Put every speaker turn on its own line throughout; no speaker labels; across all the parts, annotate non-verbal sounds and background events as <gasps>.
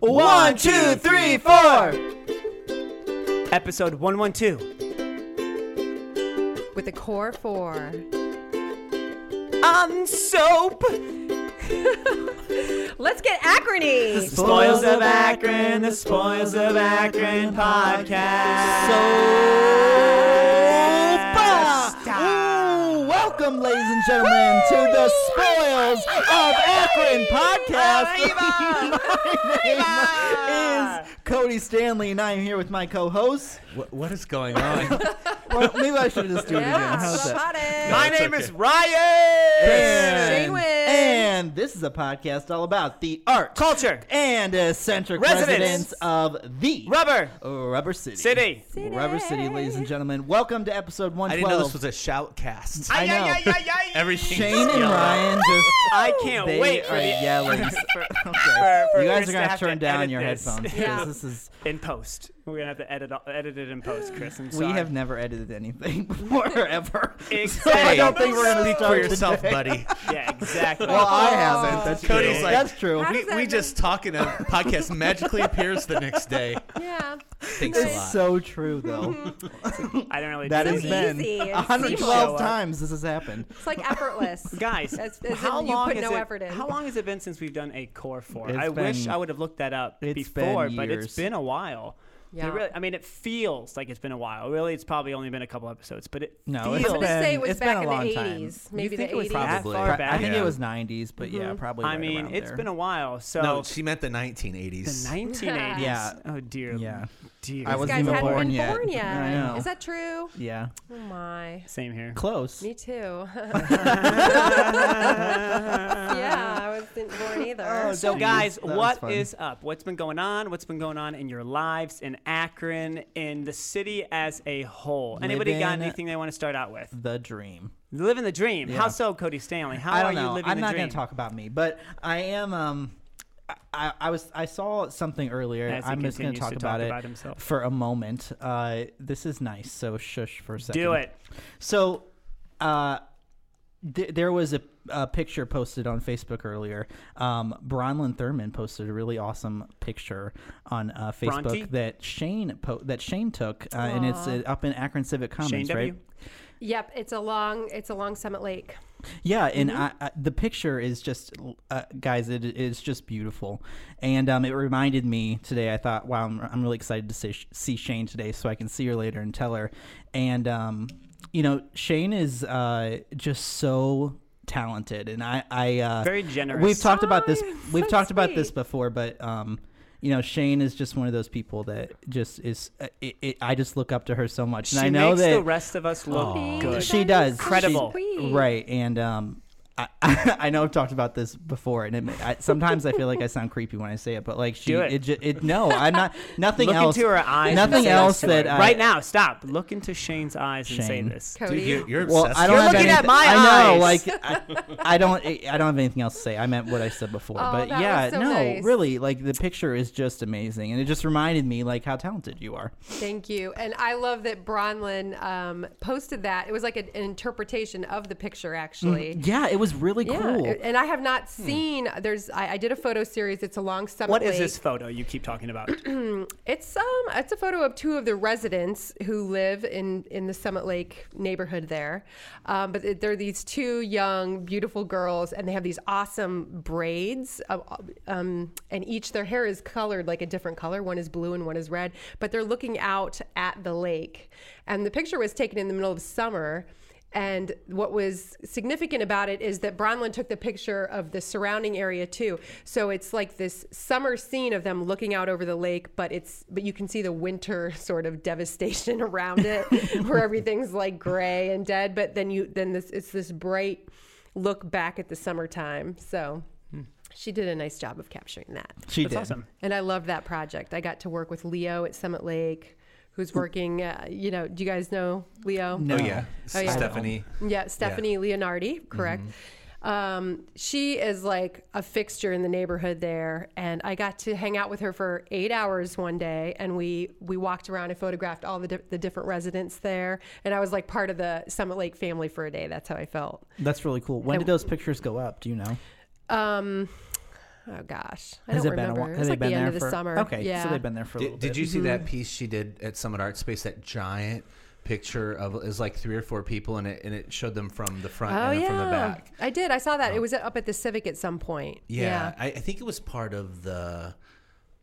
One, two, three, four. Episode 112.
with a core four.
On soap.
Let's get acrony.
Spoils of Akron, the Spoils of Akron podcast. So
Ooh, welcome, ladies and gentlemen, to the Spoils of Akron podcast. <laughs> My name is Cody Stanley, and I am here with my co-host.
What, what is
<laughs>
going on?
Well, maybe I should just do it again. How's that?
My
No, it's
name
okay.
is Ryan.
And,
Shaywin.
and this is a podcast all about the art
Culture,
and eccentric
Residents.
residents of the
rubber,
Rubber City.
city.
Rubber City, ladies and gentlemen. Welcome to episode
I
112.
didn't know this was a shout cast.
I
Ay,
know.
ay, ay, ay, ay.
Everything.
Shane and Ryan just
I can't
They
wait for
are
the-
yelling. <laughs>
for- for- for
you guys
Chris
are gonna
to have
turn
to
down
edit
your
this
headphones
Yeah.
because this is
in post. We're gonna have to edit all- edit it in post, Chris. I'm
we
sorry.
have never edited anything <laughs> before ever. So I
Exactly.
don't think we're gonna
Speak
start
for yourself,
today. <laughs>
buddy.
yeah, exactly.
Well, I haven't. That's
Cody's
true.
like-
That's true.
How does
We,
that
we
make-
just talk and a podcast magically appears the next day.
Yeah.
Thanks a
It's
lot.
so true though.
I don't really.
That
do
has
that.
been
easy. It's
112
seamless.
times this has happened.
It's like
<laughs>
effortless.
guys.
As- as
how
in you
long
put
is
no
it,
effort in.
How long has it been since we've done a core for?
It's
I wish
been-
I would have looked that up
it's
before,
been
but it's
years.
been a while. It
Yeah.
really- I mean, it feels like it's been a while. Really, it's probably only been a couple episodes, but it
No,
feels
it's
I'm gonna
been-
say it was
it's been
back
a
in
long
the
time.
80s,
You
maybe the
think it
80s.
was
that
Probably.
far back.
I think
Yeah.
it was 90s, but yeah, probably.
I
right
mean,
around
it's
there.
been a while. So
No, she meant the 1980s.
the 1980s.
Yeah.
Oh dear.
Yeah.
Dear.
I wasn't
Guys
even
hadn't
born
been
yet.
born yet.
I know.
Is that true?
yeah,
Oh my.
Same here.
close.
Me too. <laughs> yeah, I wasn't born
<laughs>
either.
So,
Jeez,
guys,
that was
what
fun.
is up? What's been going on? What's been going on in your lives in Akron, in the city as a whole? Anybody got
Living-
anything they want to start out with?
the dream?
Living the dream.
Yeah.
How so, Cody Stanley? How
I
are
don't
you
know.
living
I'm
the
not
dream?
going to talk about me, but I am. Um, I- I, I was I saw something earlier.
As he
I'm just going
continues to
talk about
talk
it
about himself.
for a moment. Uh, this is nice, so shush for a second.
Do it.
So, uh, th- there was a, a picture posted on Facebook earlier. Um, Bronlyn Thurman posted a really awesome picture on uh, Facebook
Bronte?
that Shane po- that Shane took, uh, and it's uh, up in Akron Civic
Shane
Commons,
W.
right?
Yep, it's a long it's a long Summit Lake.
Yeah, and
Mm-hmm.
I, I, the picture is just, uh, guys, it is just beautiful, and um, it reminded me today. I thought, wow, I'm, I'm really excited to see, see Shane today, so I can see her later and tell her. And um, you know, Shane is uh, just so talented, and I, I uh,
Very generous.
We've talked about
Oh,
this.
you're
We've
so
talked about this
sweet.
before, but um, you know, Shane is just one of those people that just is. uh, It, it, I just look up to her so much,
She
and I know
makes
that
the rest of us look
Baby,
good.
she
that is
does.
so
Credible.
sweet.
Right, and um, I, <laughs> I know I've talked about this before, and it, ma- I, sometimes I feel like I sound creepy when I say it, but like she,
Do it.
ju- it no, I'm not nothing
Look
else.
into her eyes. and
nothing
say
else
this to her.
that I-
right now, stop. Look into Shane's eyes and say
Shane.
this.
Cody.
Dude, you're, you're
Well,
obsessed.
I don't
You're
have
looking
anything,
at my
I know,
eyes.
like I, I don't, I don't have anything else to say. I meant what I said before,
Oh,
but
that
yeah,
was so
no,
nice.
really, like the picture is just amazing, and it just reminded me like how talented you are.
Thank you. And I love that Bronlin um, posted that. It was like a, an interpretation of the picture, actually.
Yeah, it was really
Yeah.
Mm, cool. Hmm.
And I have not seen, there's, I, I did a photo series. It's a long summit.
What is
Lake.
this photo you keep talking about?
It's, um, it's a photo of two of the residents who live in, in the Summit Lake neighborhood there. Um, but it- they're these two young, beautiful girls, and they have these awesome braids. Of, um, and each, their hair is colored like a different color. One is blue and one is red. But they're looking out at the lake. And the picture was taken in the middle of summer. And what was significant about it is that Bronlin took the picture of the surrounding area too. So it's like this summer scene of them looking out over the lake, but it's but you can see the winter <laughs> sort of devastation <laughs> around it, where everything's like gray and dead. But then you then this it's this bright look back at the summertime. So she did a nice job of capturing that.
she
That's
did.
awesome.
And I love that project. I got to work with Leo at Summit Lake, who's working. Uh, you know, do you guys know Leo?
No.
Oh, yeah.
Oh, yeah.
Stephanie.
Yeah, Stephanie Leonardi, correct.
Mm-hmm.
Um, she is like a fixture in the neighborhood there, and I got to hang out with her for eight hours one day, and we we walked around and photographed all the di- the different residents there, and I was like part of the Summit Lake family for a day. That's how I felt.
That's really cool. When did those pictures go up? Do you know?
Um, Oh gosh, I
Has
don't
it been a
remember.
while?
It
Has
was
it
like
been
the
there
end of the
for-
summer.
Okay,
yeah.
so they've been there for a little
Did,
bit.
did you see that
Mm-hmm.
piece she did at Summit Art Space? That giant picture of is like three or four people, and it and it showed them from the front
Oh
and from the
yeah,
back.
I did. I saw that. It was up at the Civic at some point.
Yeah, I, I think it was part of the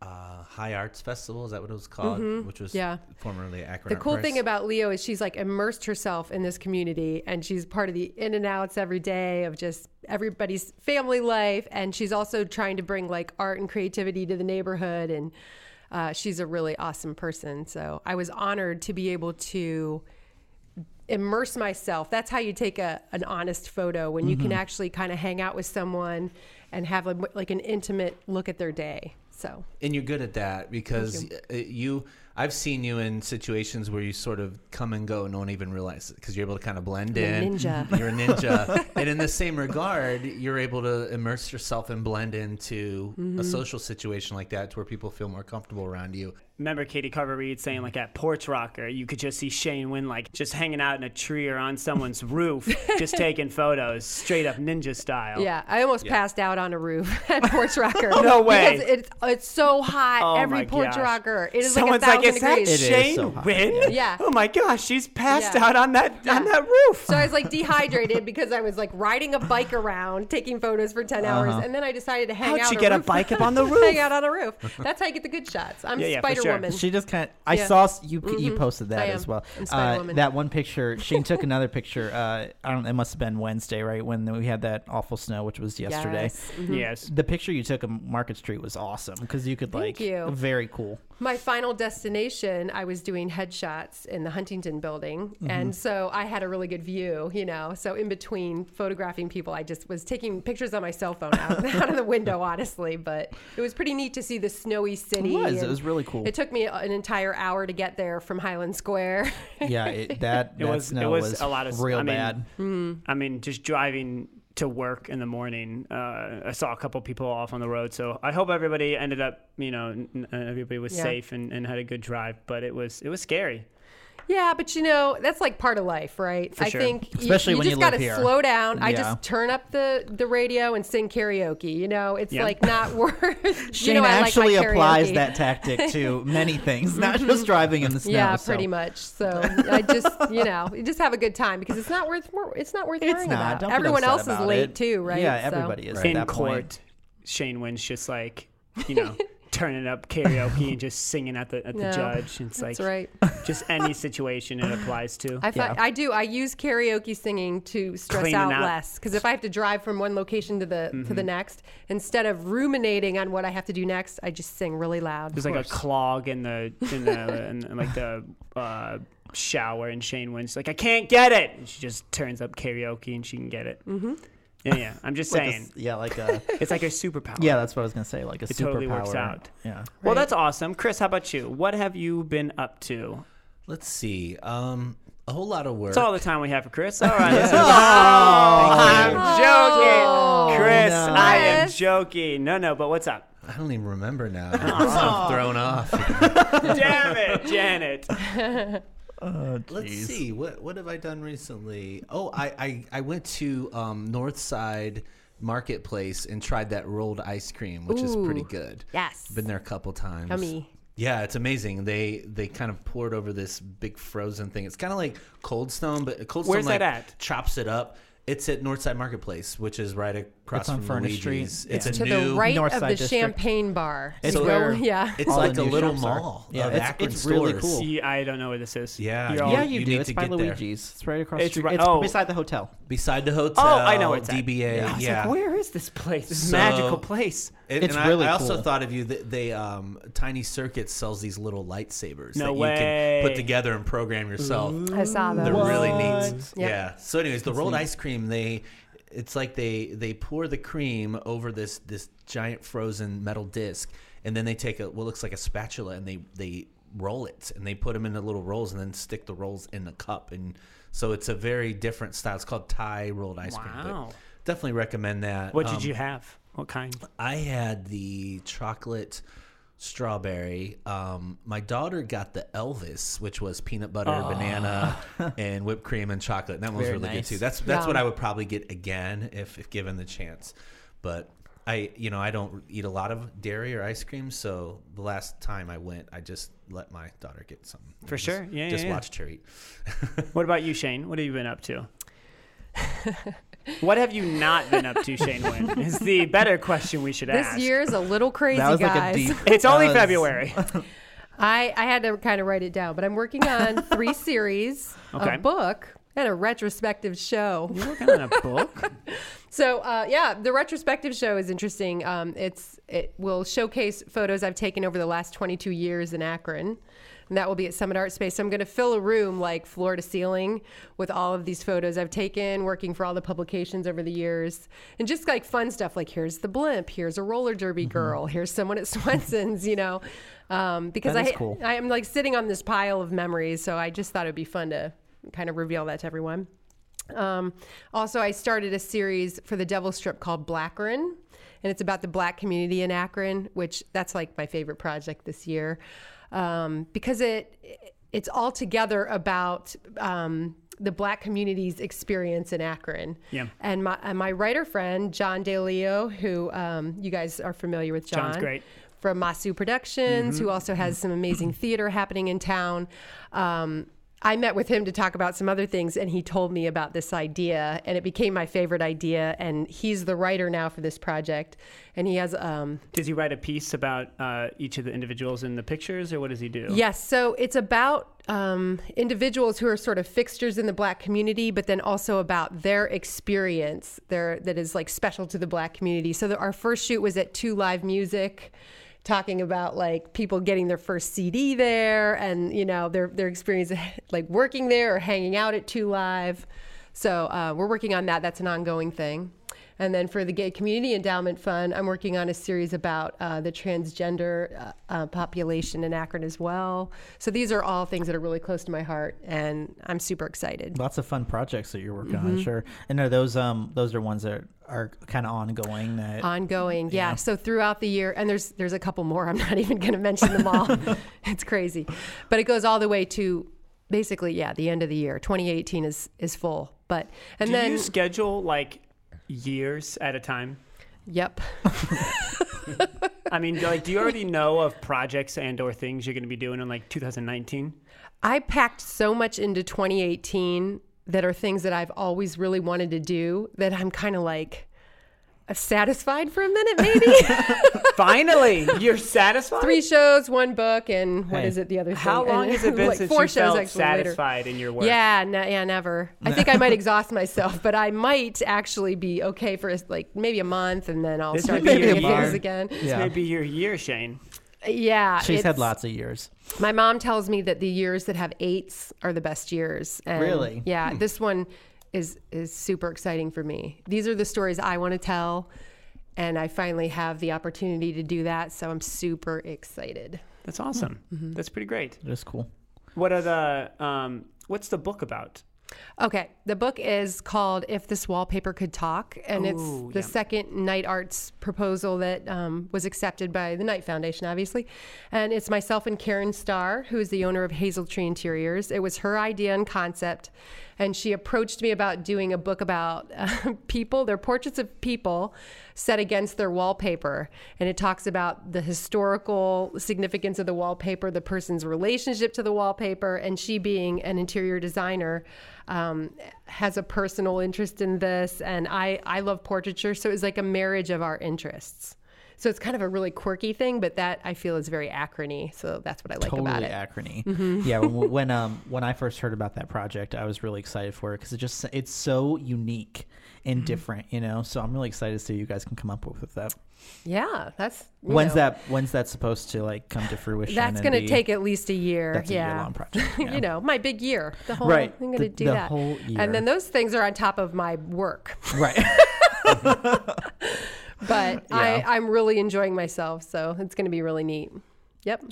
uh, High Arts Festival. Is that what it was called? Which was
Mm-hmm. Yeah.
formerly Akron.
The
Art
cool thing
Prize.
about Leo is she's like immersed herself in this community and she's part of the in and outs every day of just everybody's family life. And she's also trying to bring like art and creativity to the neighborhood. And uh, she's a really awesome person. So I was honored to be able to immerse myself. That's how you take a, an honest photo when you can actually kind of hang out with someone and have a, like an intimate look at their day. So
and you're good at that because you. you i've seen you in situations where you sort of come and go and no one even realizes it because you're able to kind of blend
I'm a
in
ninja.
<laughs> you're
<laughs>
a ninja and in the same regard you're able to immerse yourself and blend into
Mm-hmm.
a social situation like that to where people feel more comfortable around you
Remember Katie Carver Reed saying like at Porch Rocker, you could just see Shane Wynn like just hanging out in a tree or on
<laughs>
someone's roof, just taking photos, straight up ninja style.
Yeah, I almost passed out on a roof <laughs>
<laughs>
at Porch Rocker.
Oh. No way.
Because it's, it's so hot.
Oh
Every
my
Porch
gosh.
Rocker, it is
Someone's
like a
is
thousand
that
degrees.
is
Shane
so hot,
Wynn?
Yeah.
Oh my gosh, she's passed
Yeah.
out on that on
Yeah.
that roof.
So <laughs> I was like dehydrated because I was like riding a bike around, taking photos for 10 hours, and then I decided to hang
Uh-huh. How'd
out.
you get a
roof.
bike up on the
<laughs> hang
roof?
out on a roof.
<laughs>
That's how you get the good shots. I'm
Yeah, yeah, for
Spider
sure.
Woman.
She just kind of. I
Yeah. Mm-hmm.
saw s- you. You posted that
I
as
am.
well.
I'm
Uh,
Spider-Woman.
that one picture.
<laughs>
Shane took another picture. Uh, I don't. It must have been Wednesday, right? When we had that awful snow, which was yesterday.
Yes.
Yes.
The picture you took of Market Street was awesome because you could like
Thank you.
very cool.
my final destination, I was doing headshots in the Huntington building.
Mm-hmm.
And so I had a really good view, you know. So in between photographing people, I just was taking pictures on my cell
<laughs>
phone out, out of the window, honestly. But it was pretty neat to see the snowy city.
It was. It
and
was really cool.
It took me an entire hour to get there from Highland Square. <laughs>
yeah, it, that
It
that
was- it
snow
was a lot of-
real
I mean,
bad.
Hmm.
I mean, just driving to work in the morning, uh, I saw a couple people off on the road. So I hope everybody ended up, you know, n- n- everybody was
Yeah.
safe and, and had a good drive. But it was it was scary.
Yeah, but you know that's like part of life, right? I
sure.
think you-
Especially
you,
when
just
you live
gotta
here.
slow down. I
Yeah.
just turn up the the radio and sing karaoke. You know, it's
Yeah.
like not <laughs> worth.
Shane
you know, I like my
actually applies
karaoke. <laughs> Mm-hmm.
that tactic to many things, not just driving in the snow.
Yeah,
so.
pretty much. So I just,
<laughs>
you know, you just have a good time because it's not worth. wor- It's not worth
It's
worrying
not.
about.
Don't get
Everyone
upset
else is
about
late
it.
too, right?
Yeah,
So-
everybody is at
in
that
court,
point.
Shane Wynn's just like, you
<laughs>
know, turning up karaoke and just singing at the at the
No,
judge. It's
That's
like
<laughs>
right.
just any situation it applies to.
I, fi-
Yeah.
I do. I use karaoke singing to stress
Cleaning
out,
out.
less because if I have to drive from one location to the to the next, instead of ruminating on what I have to do next, I just sing really loud.
There's like a clog in the in the in, in like the uh, shower, and Shane Wynn's like, I can't get it, and she just turns up karaoke and she can get it. Mm-hmm. Yeah, yeah. I'm just
Like a
saying,
s- yeah, like a
it's like her superpower.
yeah. That's what I was gonna say. Like a
It totally works
superpower.
out.
Yeah.
Well,
Right.
that's awesome, Chris. How about you? What have you been up to?
let's see um a whole lot of work
That's all the time we have for Chris. All right. let's
Yeah.
move on. I'm
Thank you.
joking, Chris.
no.
I am
Chris.
joking. No, no. But what's up?
i don't even remember now i'm so thrown off
Damn it, <laughs> Janet.
Let's see what what have I done recently? Oh, I I, I went to um, Northside Marketplace and tried that rolled ice cream, which is pretty
Ooh,
good.
yes.
been there a couple times.
Yummy.
Yeah, it's amazing. They they kind of poured over this big frozen thing. It's kind of like Cold Stone, but Cold Stone
Where's
like
that at?
chops it up. It's at Northside Marketplace, which is right across
on
from
Furnace Street.
Luigi's. It's a
to
new
the right
North
of the
Side district.
champagne bar.
It's
You go-
where-
yeah.
It's
All
like
the
a
new
little
shops are.
mall.
Yeah,
of
it's-
Akron
it's really
stores.
cool.
See, I don't know where this is.
Yeah,
You're all-
Yeah, you,
You
do.
need
It's
to
by
get there.
Luigi's. It's right across the
It's
street.
right-
it's
oh.
beside the hotel.
Beside the hotel.
Oh, I know where it's at.
DBA.
I was
yeah.
like, where is this place? This
So-
magical place.
And,
It's
and
really
I, I also
cool.
thought of you that they um, Tiny Circuits sells these little lightsabers
No
that you can
way.
put together and program yourself.
I saw those.
They're really neat.
What?
Yeah.
Yeah. So anyways, the rolled ice cream they it's like they they pour the cream over this this giant frozen metal disc and then they take a what looks like a spatula and they they roll it and they put them into little rolls and then stick the rolls in the cup and so it's a very different style. It's called Thai rolled ice cream. but
Wow.
Definitely recommend that.
What
Um,
did you have? What kind?
I had the chocolate strawberry. Um, my daughter got the Elvis, which was peanut butter,
<laughs>
banana, and whipped cream and chocolate. And that one was
Very
really
nice.
good too. That's that's what
Yum.
I would probably get again if if given the chance. But I you know I don't eat a lot of dairy or ice cream, so the last time I went, I just let my daughter get something.
For
Just-
sure. Yeah,
Just
yeah, yeah.
watched her eat.
What about you, Shane? What have you been up to? what have you not been up to, Shane? Wynn? Is the better question we should
This
ask.
year is a little crazy,
that was
guys.
like a deep.
It's only
that was-
February.
I, I had to kind of write it down, but I'm working on three series,
Okay.
a book, and a retrospective show.
You're working on a book.
So uh, yeah, the retrospective show is interesting. Um, it's it will showcase photos I've taken over the last 22 years in Akron, and that will be at Summit Art Space. So I'm going to fill a room like floor to ceiling with all of these photos I've taken, working for all the publications over the years, and just like fun stuff like here's the blimp, here's a roller
Mm-hmm.
derby girl, here's someone at <laughs> Swenson's, you know, um, because
That
I
is cool.
I am like sitting on this pile of memories, so I just thought it'd be fun to kind of reveal that to everyone. Um, also, I started a series for the Devil Strip called Blackron, and it's about the black community in Akron, which that's like my favorite project this year um, because it it's all together about um, the black community's experience in Akron.
Yeah.
And my, and my writer friend, John DeLeo, who um, you guys are familiar with, John.
John's great.
From Masu Productions, who also has some amazing theater happening in town. Um, I met with him to talk about some other things, and he told me about this idea, and it became my favorite idea. And he's the writer now for this project, and he has um,
Does he write a piece about uh, each of the individuals in the pictures, or what does he do?
Yes. So it's about um, individuals who are sort of fixtures in the black community, but then also about their experience there that is like special to the black community. So the, our first shoot was at Two Live Music. Talking about like people getting their first CD there, and you know their their experience <laughs> like working there or hanging out at Two Live, so uh, we're working on that. That's an ongoing thing. And then for the Gay Community Endowment Fund, I'm working on a series about uh, the transgender uh, uh, population in Akron as well. So these are all things that are really close to my heart, and I'm super excited.
Lots of fun projects that you're working
Mm-hmm.
on, sure. And are those um those are ones that are kind of ongoing that
Uh,
Ongoing, yeah. So throughout the year, and there's there's a couple more. I'm not <laughs> even going to mention them all. <laughs> it's crazy, but it goes all the way to basically, yeah, the end of the year. 2018 is is full, but and
Do
then
you schedule like years at a time?
yep.
I mean, like, do you already know of projects and/or things you're going to be doing in like 2019?
I packed so much into 2018 that are things that I've always really wanted to do that I'm kind of like satisfied for a minute,
<laughs>
maybe.
Finally, you're satisfied.
Three shows, one book, and what is
Hey.
it? The other thing.
How long
And
has
<laughs>
it been
like
since
four
you
shows
felt
actually later.
satisfied in your work?
Yeah, ne- yeah, never. I think I might exhaust myself, but I might actually be okay for like maybe a month, and then I'll
This
start
may be
doing
a year.
things again.
This may be your year, Shane.
Yeah,
she's had
it's-
lots of years.
My mom tells me that the years that have eights are the best years. And
Really?
Yeah. This one is is super exciting for me. These are the stories I want to tell, and I finally have the opportunity to do that. So I'm super excited.
That's awesome.
Mm-hmm.
That's pretty great.
That's cool.
What are the um, what's the book about?
Okay. The book is called If This Wallpaper Could Talk, and
Ooh,
it's the
yeah.
second Night Arts proposal that um, was accepted by the Knight Foundation, obviously. And it's myself and Karen Starr, who is the owner of Hazel Tree Interiors. It was her idea and concept, and she approached me about doing a book about <laughs> uh, people, their portraits of people set against their wallpaper. And it talks about the historical significance of the wallpaper, the person's relationship to the wallpaper, and she being an interior designer um, has a personal interest in this, and I I love portraiture, so it's like a marriage of our interests. So it's kind of a really quirky thing, but that I feel is very acrony. So that's what I like about
totally
it. Mm-hmm.
acrony. Yeah,
<laughs>
when, when um when I first heard about that project, I was really excited for it because it just it's so unique and
Mm-hmm.
different, you know. So I'm really excited to see what you guys can come up with with that.
yeah, that's you
When's
know,
that when's that supposed to like come to fruition?
That's
and
going to
be-
take at least a year.
that's a
yeah,
year-long
<laughs>
project, yeah.
you know, my big year. The whole
Right,
I'm going to
the-
do
the
that
whole year.
And then those things are on top of
<laughs>
my work,
right.
but I,
Yeah.
I'm really enjoying myself, so it's going to be really neat. Yep.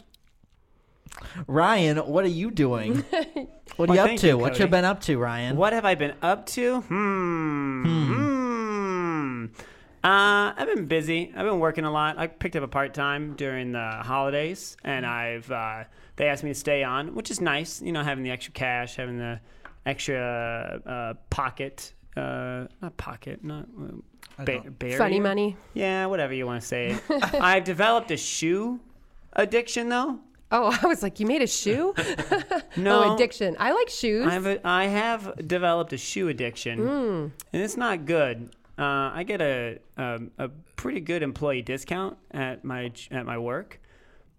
Ryan, what are you
<laughs>
doing? What are
Well,
you up
thank
to?
you,
what you
Cody.
been up to, Ryan?
What have I been up to? Hmm. Hmm. Uh, I've been busy. I've been working a lot. I picked up a part time during the holidays, and
Mm-hmm.
I've uh, they asked me to stay on, which is nice. You know, having the extra cash, having the extra uh, pocket, uh, not pocket, not uh, ba-
don't-
barrier.
Funny money.
Yeah, whatever you want to
<laughs>
say. I've developed a shoe addiction though.
Oh, <laughs> I was like, you made
<laughs>
a shoe?
No
Oh, addiction. I like shoes.
I've a, I have developed a shoe addiction,
Hmm.
and it's not good. Uh, I get a, a a pretty good employee discount at my j- at my work,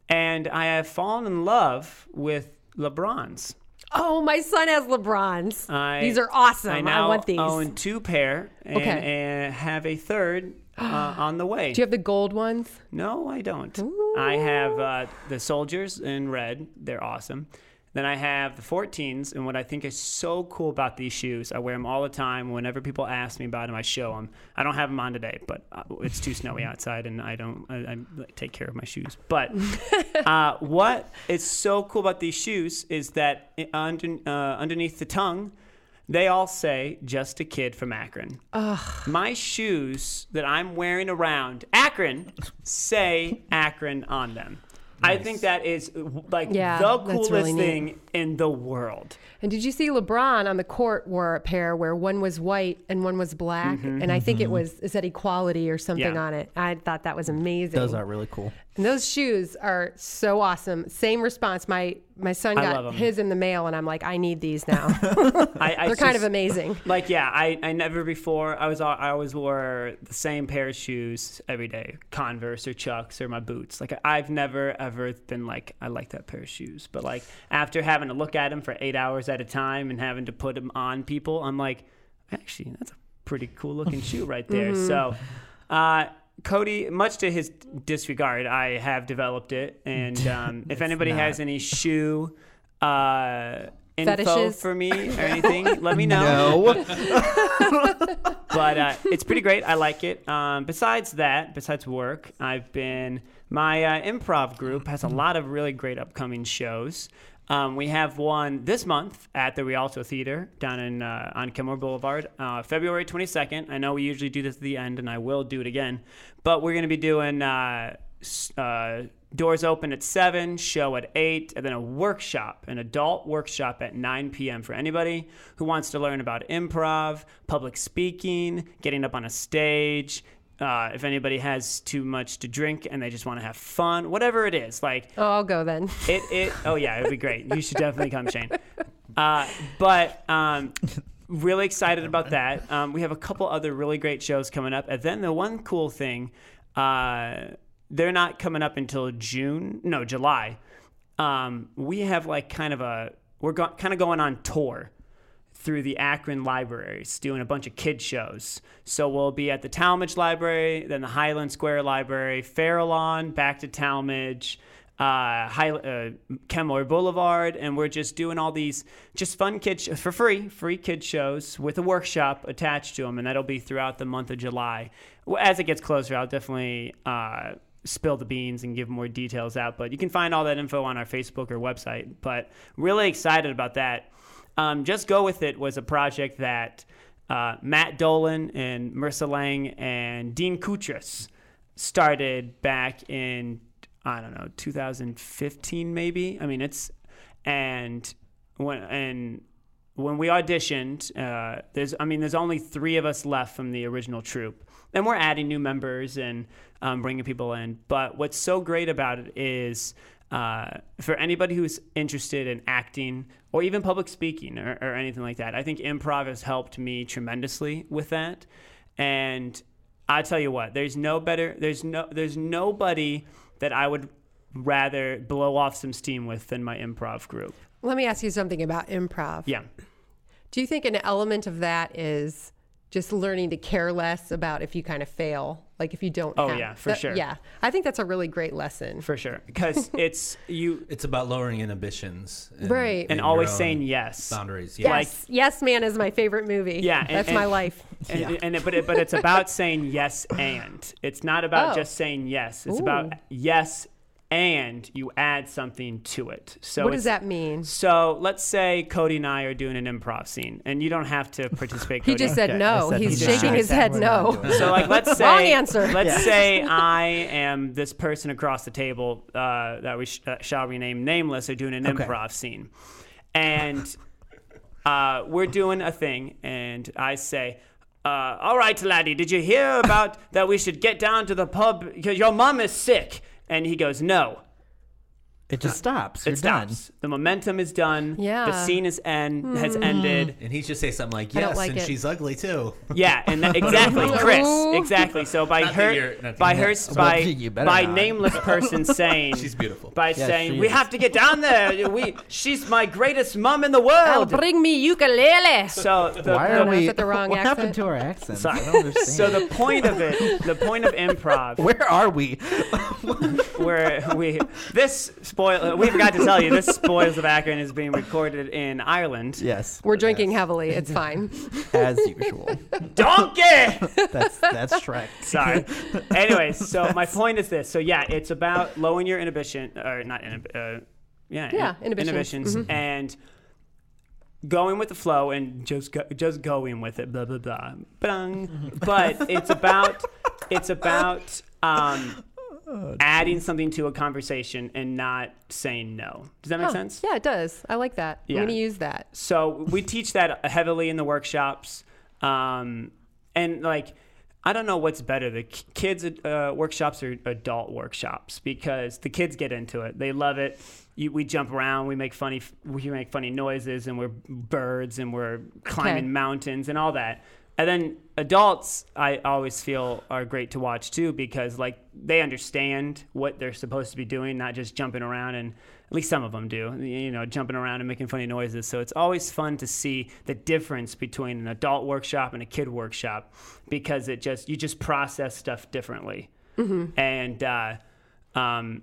and I have fallen in love with LeBrons.
oh, my son has LeBrons.
I,
these are awesome. I,
now
want these.
Oh,
own two pair, and,
Okay.
and have a third uh,
<gasps>
on the way.
Do you have the gold ones?
No, I don't. I have uh, the soldiers in red. They're awesome. Then I have the 14s, and what I think is so cool about these shoes, I wear them all the time. Whenever people ask me about them, I show them. I don't have them on today, but uh, it's too snowy outside, and I don't. I, I like, take care of my shoes. But uh, what is so cool about these shoes is that i- under, uh, underneath the tongue, they all say "just a kid from Akron." My shoes that I'm wearing around Akron say Akron on them. I think that is like
Yeah,
the
that's
coolest
really neat.
thing in the world.
And did you see LeBron on the court wore a pair where one was white and one was black?
Mm-hmm.
And I think it was it said equality or something
Yeah.
on it. I thought that was amazing.
Those are really
<laughs>
cool.
And those shoes are so awesome. Same response. My my son
I love 'em.
got his in the mail, and I'm like, I need these
<laughs>
now.
I, I
They're kind of
just-
amazing.
<laughs> Like yeah, I, I never before I was al- I always wore the same pair of shoes every day, Converse or Chucks or my boots. Like I've never ever been like I like that pair of shoes, but like after having to look at them for eight hours at a time and having to put them on people, I'm like, actually that's a pretty cool looking shoe right there. So, uh, Cody, much to his disregard, I have developed it, and um, if anybody has any shoe. Uh, Info
Fetishes?
for me or anything? Let me know
No.
<laughs> but uh, it's pretty great. I like it. Um, besides that, besides work, I've been my uh, improv group has a lot of really great upcoming shows. Um, we have one this month at the Rialto Theater down in uh, on Kilmore Boulevard, uh, February 22nd. I know we usually do this at the end, and I will do it again. But we're going to be doing uh, s- uh, doors open at 7 show at 8 and then a workshop an adult workshop at 9 p.m for anybody who wants to learn about improv public speaking getting up on a stage uh, if anybody has too much to drink and they just want to have fun whatever it is like
Oh, I'll go then.
it, it oh yeah, it'd be great. You should definitely come, Shane. Uh, but um, really excited about that. Um, we have a couple other really great shows coming up, and then the one cool thing, uh, they're not coming up until June, no July. Um, we have like kind of a we're go- kind of going on tour through the Akron libraries, doing a bunch of kid shows. So we'll be at the Talmadge Library, then the Highland Square Library, Farallon, back to Talmadge, uh, High, uh, Kenmore Boulevard, and we're just doing all these just fun kid sh- for free, free kid shows with a workshop attached to them, and that'll be throughout the month of July. Well, As it gets closer, I'll definitely. Uh, spill the beans and give more details out but you can find all that info on our facebook or website but really excited about that um, Just Go With It was a project that uh, Matt Dolan and Marissa Lang and Dean Kutras started back in, I don't know, 2015 maybe. I mean, it's, and when, and, when we auditioned, uh, there's, I mean, there's only three of us left from the original troupe, and we're adding new members and um, bringing people in. But what's so great about it is, uh, for anybody who's interested in acting or even public speaking or, or anything like that, I think improv has helped me tremendously with that. And I tell you what, there's no better, there's no, there's nobody that I would rather blow off some steam with than my improv group.
Let me ask you something about improv.
Yeah.
Do you think an element of that is just learning to care less about if you kind of fail, like if you don't?
Oh,
have-
yeah, for
that-
sure.
Yeah, I think that's a really great lesson.
For sure,
<laughs>
because it's you
It's about lowering inhibitions, and,
Right. And
and
your
always
own
saying yes.
boundaries. Yeah,
Yes, yes, man is my favorite movie.
Yeah, and-
that's my
and-
life.
And,
Yeah.
and it, but it, but it's about saying
<laughs>
yes and. It's not about
Oh.
just saying yes. It's
Ooh.
about yes and you add something to it. So
what does
it's-
that mean?
So let's say Cody and I are doing an improv scene, and you don't have to participate.
He
Cody.
just said no. He's shaking his head no.
So like let's say
<laughs> Wrong answer.
Let's say I am this person across the table uh, that we sh- uh, shall rename nameless are doing an
Okay.
improv scene, and uh, we're doing a thing, and I say, uh, "All right, laddie, did you
<laughs>
hear about that? We should get down to the pub because your mom is sick." And he goes, "No."
It just stops. You're
It stops. The momentum is done.
Yeah. Hmm.
The scene is end has ended.
And he just say something like,
I don't
"Yes,"
like
and
it.
she's ugly too.
Yeah,
<laughs>
and that, exactly, Chris. Exactly. So by
Not that you're-
her,
not that
by
you're-
her, by
you better
by
not.
nameless
<laughs>
person saying
She's beautiful.
By
Yeah,
saying
she
we
is.
have to get down there. We, she's my greatest mom in the world.
Oh, bring me ukulele.
so the,
done. Why are
the-
was
we?
it the
<laughs>
wrong
what
accent?
happened to our accents?
Sorry.
I don't
<laughs>
understand.
so the point of it, the point of improv,
where are we?
where we this spoil we forgot to tell you this spoils of Akron is being recorded in Ireland.
yes,
We're drinking heavily.
<laughs>
It's fine.
as usual.
Donkey.
That's that's Shrek.
<laughs> Sorry. Anyways, so my point is this. So yeah, it's about lowering your inhibition, or not inhib- uh, yeah, in-
Yeah, inhibitions. Mm-hmm.
and going with the flow and just go, just going with it. Blah blah blah.
<laughs>
Bang. But it's about it's about um,
Oh,
adding something to a conversation and not saying no. Does that make
Huh.
sense?
Oh, Yeah, it does. I like that.
Yeah.
I'm going to use that.
so we teach that heavily in the workshops um, and like i don't know what's better the k- kids uh, workshops or adult workshops because the kids get into it they love it you, we jump around we make funny f- we make funny noises and we're birds and we're climbing
Okay.
mountains and all that and then adults i always feel are great to watch too because like they understand what they're supposed to be doing not just jumping around and at least some of them do you know jumping around and making funny noises so it's always fun to see the difference between an adult workshop and a kid workshop because it just you just process stuff differently and uh, um,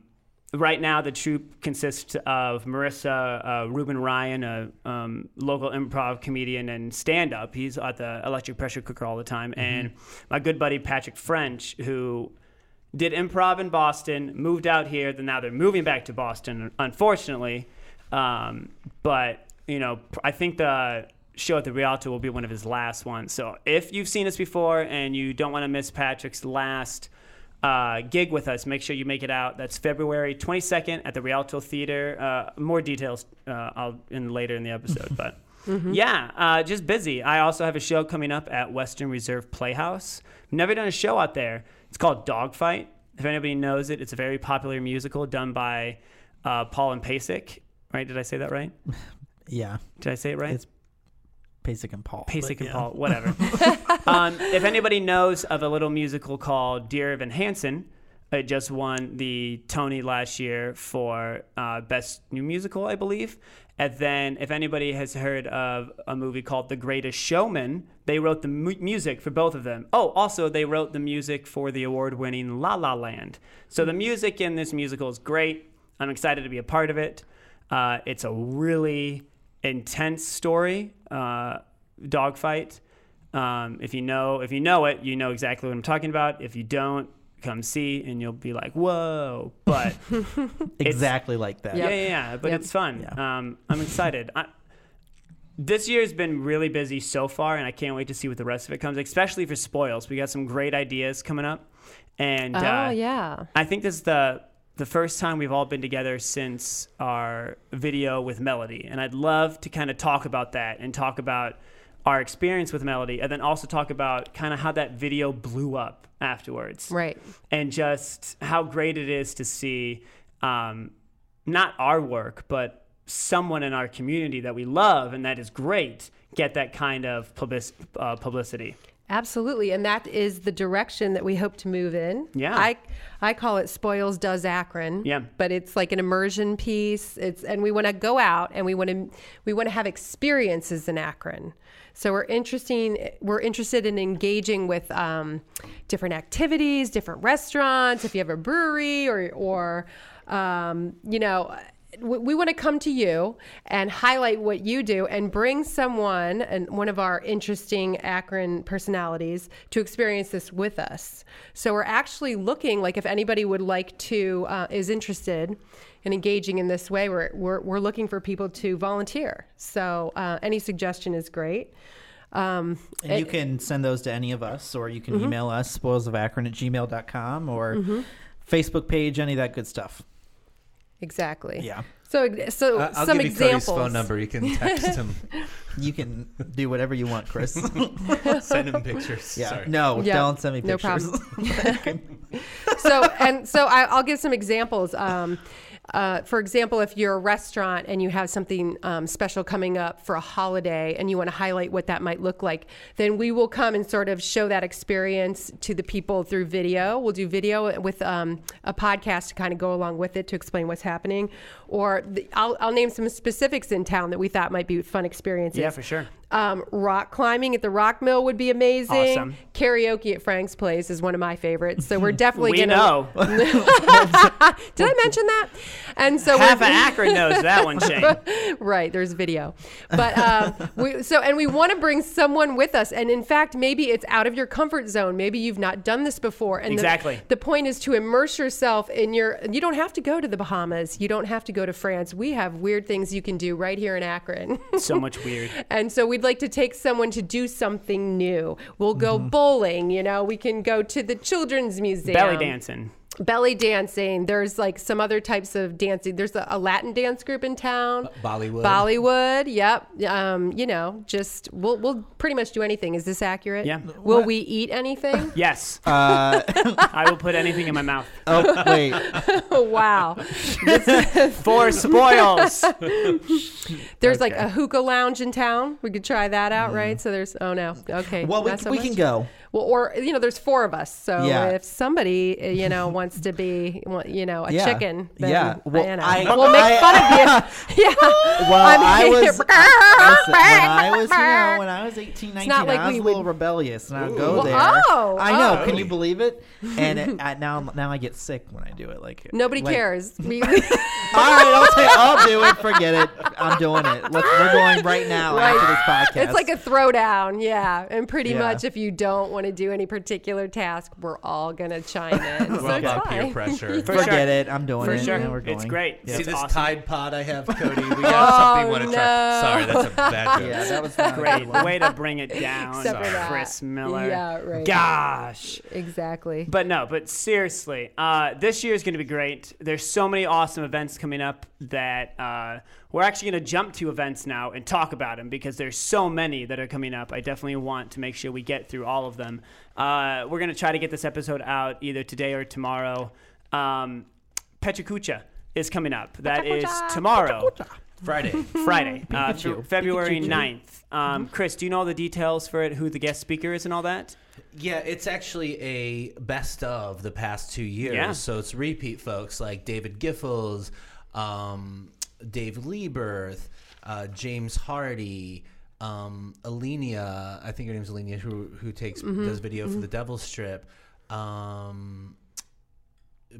right now the troupe consists of Marissa, uh, Ruben Ryan, a um, local improv comedian and stand-up. He's at the Electric Pressure Cooker all the time, and my good buddy Patrick French, who did improv in Boston, moved out here. Then now they're moving back to Boston, unfortunately. Um, but you know, pr- I think the show at the Rialto will be one of his last ones. So if you've seen us before and you don't want to miss Patrick's last uh, gig with us, make sure you make it out. That's February 22nd at the Rialto Theater. Uh, more details uh, I'll in later in the episode, but. Yeah, uh, just busy. I also have a show coming up at Western Reserve Playhouse. Never done a show out there. It's called Dogfight. If anybody knows it, it's a very popular musical done by uh, Paul and Pasek. Right? Did I say that right?
Yeah,
Did I say it right?
It's Pasek and Paul.
Pasek and Paul, whatever. um, if anybody knows of a little musical called Dear Evan Hansen, it just won the Tony last year for uh, Best New Musical, I believe. And then, if anybody has heard of a movie called The Greatest Showman, they wrote the mu- music for both of them. Oh, also, they wrote the music for the award winning La La Land. So, the music in this musical is great. I'm excited to be a part of it. Uh, it's a really intense story, uh, dogfight. Um, if you know, if you know it, you know exactly what I'm talking about. If you don't, come see, and you'll be like, "Whoa!"
<laughs>
But
exactly like that.
yeah,
Yep.
yeah, yeah. But
Yep.
it's fun.
Yeah.
Um, I'm excited. I, this year's been really busy so far, and I can't wait to see what the rest of it comes. Especially for spoils, we got some great ideas coming up. And uh,
oh, yeah.
I think this is the the first time we've all been together since our video with Melody, and I'd love to kind of talk about that and talk about our experience with Melody, and then also talk about kind of how that video blew up afterwards,
Right.
and just how great it is to see um, not our work, but someone in our community that we love and that is great get that kind of publis- uh, publicity.
Absolutely, and that is the direction that we hope to move in.
Yeah.
I I call it spoils does Akron.
Yeah.
but it's like an immersion piece. It's and we want to go out and we want to we want to have experiences in Akron. So we're interesting. We're interested in engaging with um, different activities, different restaurants. If you have a brewery or or um, you know we, we want to come to you and highlight what you do and bring someone and one of our interesting Akron personalities to experience this with us. So we're actually looking like if anybody would like to uh, is interested in engaging in this way, we're we're, we're looking for people to volunteer. So uh, any suggestion is great. Um,
And you can send those to any of us, or you can
Mm-hmm.
email us, spoilsofakron at gmail.com, or Facebook page, any of that good stuff.
Exactly.
Yeah.
So, so
I- Uh, I'll
some
give you
examples.
Cody's phone number. You can
<laughs>
text him,
You can do whatever you
<laughs>
want, Chris.
send him pictures.
yeah.
Sorry.
No,
Yeah.
don't send me
No
pictures. <laughs>
so and so I, I'll give some examples. Um, uh, for example, if you're a restaurant and you have something um, special coming up for a holiday and you want to highlight what that might look like, then we will come and sort of show that experience to the people through video. We'll do video with um, a podcast to kind of go along with it to explain what's happening. Or the, I'll, I'll name some specifics in town that we thought might be fun experiences.
Yeah, for sure.
Um, rock climbing at the Rock Mill would be amazing.
Awesome.
Karaoke at Frank's Place is one of my favorites.
<laughs>
So we're definitely
we
gonna.
know.
<laughs> Did I mention that? And so
Half of <laughs>
<laughs> we're,
Akron knows that <laughs> one, Shane.
right there's video
<laughs>
but um, we so and we want to bring someone with us and in fact maybe it's out of your comfort zone maybe you've not done this before and the-
Exactly.
the, point is to immerse yourself in your you don't have to go to the bahamas you don't have to go to france we have weird things you can do right here in akron <laughs>
So much weird.
And so we'd like to take someone to do something new. We'll go
Mm-hmm.
bowling, you know, we can go to the children's museum.
Belly dancing.
Belly dancing. There's like some other types of dancing. There's a, a Latin dance group in town.
Bollywood.
Bollywood, yep. Um, you know, just we'll we'll pretty much do anything. Is this accurate?
Yeah.
Will we eat
<laughs>
anything? <laughs>
Yes,
Uh, <laughs>
I will put anything in my mouth
oh
<laughs>
wait,
oh wow.
for
<laughs>
spoils.
There's like a hookah lounge in town. We could try that out, right? So there's oh no. Okay.
Mm-hmm. well we,
not so
we can
much?
go.
Well, or you know, there's four of us. So
Yeah.
if somebody uh, you know wants to be wa- you know a
Yeah.
chicken, then
Yeah. Well,
you know,
I-
we'll make
I-
fun of you. <laughs> yeah.
<laughs>
<laughs>
Well, I,
I mean-
was listen, when I
<laughs>
was you know when I was 18, 19,
not like
I was
we
a little
would-
rebellious, and I'd go
Well,
there.
oh,
I know.
oh.
Can you believe it? And
<laughs>
it, I, now I'm- now I get sick when I do it. Like
Nobody
like, <laughs>
cares. We,
All right, I'll take. I'll do it. Forget it. I'm doing it. Let's, we're going right now after this podcast.
<laughs> it's like a throwdown, yeah. And pretty
Yeah.
much, if you don't want to do any particular task, we're all gonna chime
<laughs>
in. so
Well,
it's
about peer
fine.
pressure.
For
forget
sure.
it. I'm doing
For
it.
sure.
and we're
It's
going.
great.
Yeah.
See
It's
this
awesome.
Tide Pod I have, Cody? We got something we want to try.
Oh, no.
Sorry, that's a bad joke.
Yeah, that was not a
<laughs>
Great
good one.
way to bring it down,
Except for that.
Chris Miller.
Yeah, right.
Gosh.
Exactly.
But no, but seriously, uh, this year is going to be great. There's so many awesome events coming up that uh, we're actually going to jump to events now and talk about them because there's so many that are coming up. I definitely want to make sure we get through all of them. Uh, we're going to try to get this episode out either today or tomorrow. Um, Pechacucha is coming up. That is
Pechacucha,
tomorrow.
Mm-hmm. Friday.
Friday, uh, through February 9th. Um,
Mm-hmm.
Chris, do you know all the details for it, who the guest speaker is and all that?
Yeah, it's actually a best of the past two years.
Yeah.
So it's repeat folks like David Giffels, um, Dave Lieberth, uh, James Hardy, um, Alenia, I think her name's Alenia, who who takes does video for the Devil Strip. Um,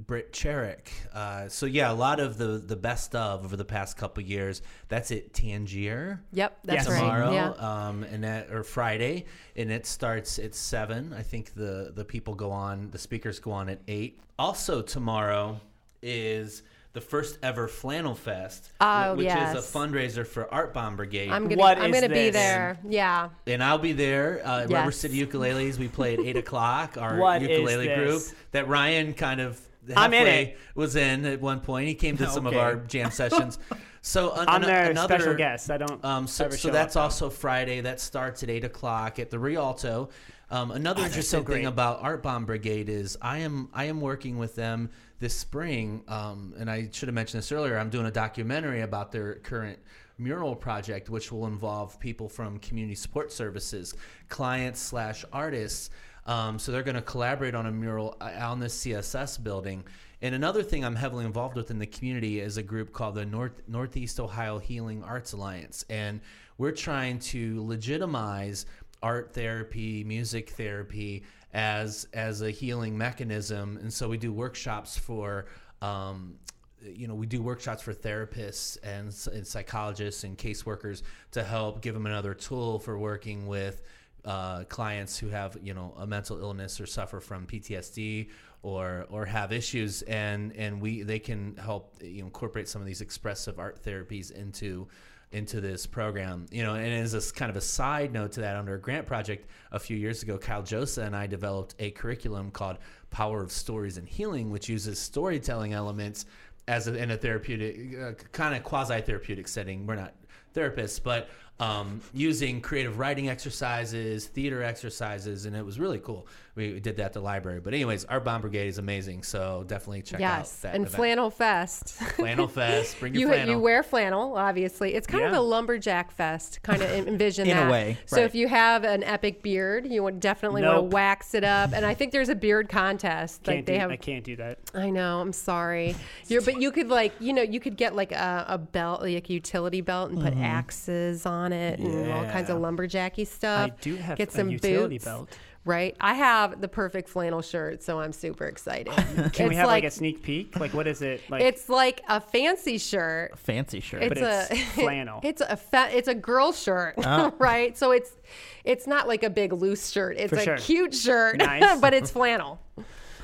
Britt Cherick. Uh, so yeah, a lot of the the best of over the past couple years. That's at Tangier
Yep, that's
Yes.
right.
tomorrow
Yeah.
um, and that, or Friday, and it starts at seven. I think the the people go on, the speakers go on at eight. Also tomorrow is the first ever Flannel Fest,
Oh,
wh- which is
yes.
a fundraiser for Art Bomb Brigade.
I'm gonna
What
I'm
is
gonna be
this?
there. Yeah.
and I'll be there. Uh, Rubber
Yes.
City Ukuleles. We play at
<laughs>
eight o'clock. Our
What is
ukulele group
this?
that Ryan kind of
I'm in
halfway
it.
was in at one point. He came to some of
Okay.
our jam sessions.
<laughs>
So an-
I'm
an-
their
another,
special guest. I don't
Um, so,
ever
so
show
that's
up.
also Friday. That starts at eight o'clock at the Rialto. Um, another interesting thing about Art Bomb Brigade is I am I am working with them this spring, um, and I should have mentioned this earlier. I'm doing a documentary about their current mural project, which will involve people from community support services, clients slash artists. Um, so they're going to collaborate on a mural uh, on the CSS building. And another thing I'm heavily involved with in the community is a group called the North Northeast Ohio Healing Arts Alliance, and we're trying to legitimize art therapy, music therapy as as a healing mechanism. And so we do workshops for. Um, you know, we do workshops for therapists and, s- and psychologists and caseworkers to help give them another tool for working with uh, clients who have you know a mental illness or suffer from PTSD or or have issues and and we they can help you know, incorporate some of these expressive art therapies into into this program you know and as a s- kind of a side note to that under a grant project a few years ago Kyle Josa and I developed a curriculum called Power of Stories and Healing which uses storytelling elements as a, in a therapeutic, uh, kind of quasi therapeutic setting. We're not therapists, but um, using creative writing exercises, theater exercises, and it was really cool. We did that at the library. But anyways, our bomb brigade is amazing, so definitely check out
yes,
that
and
event.
flannel <laughs> fest. <laughs>
flannel fest. Bring your
You,
flannel.
you wear flannel, obviously. It's kind of
Yeah.
a lumberjack fest, kind of envision
In a
that.
way,
So
right.
if you have an epic beard, you would definitely want
Nope.
to wax it up. And I think there's a beard contest.
Can't
like
do,
they have,
I can't do that.
I know. I'm sorry. You're, but you could like, you know, you could get like a, a belt, like a utility belt, and put axes on it and all kinds of lumberjacky stuff.
Mm-hmm. I do have
get
a
some
utility
boots,
belt.
Right. I have the perfect flannel shirt, so I'm super excited.
<laughs> Can we have like, a sneak peek? Like, what is it? Like,
it's like a fancy shirt.
Fancy shirt.
But
<laughs>
it's flannel. Oh.
It's a fa- it's a girl shirt, <laughs> right? So it's it's not like a big loose shirt. It's
For
a
sure.
cute shirt,
Nice.
<laughs> but it's flannel.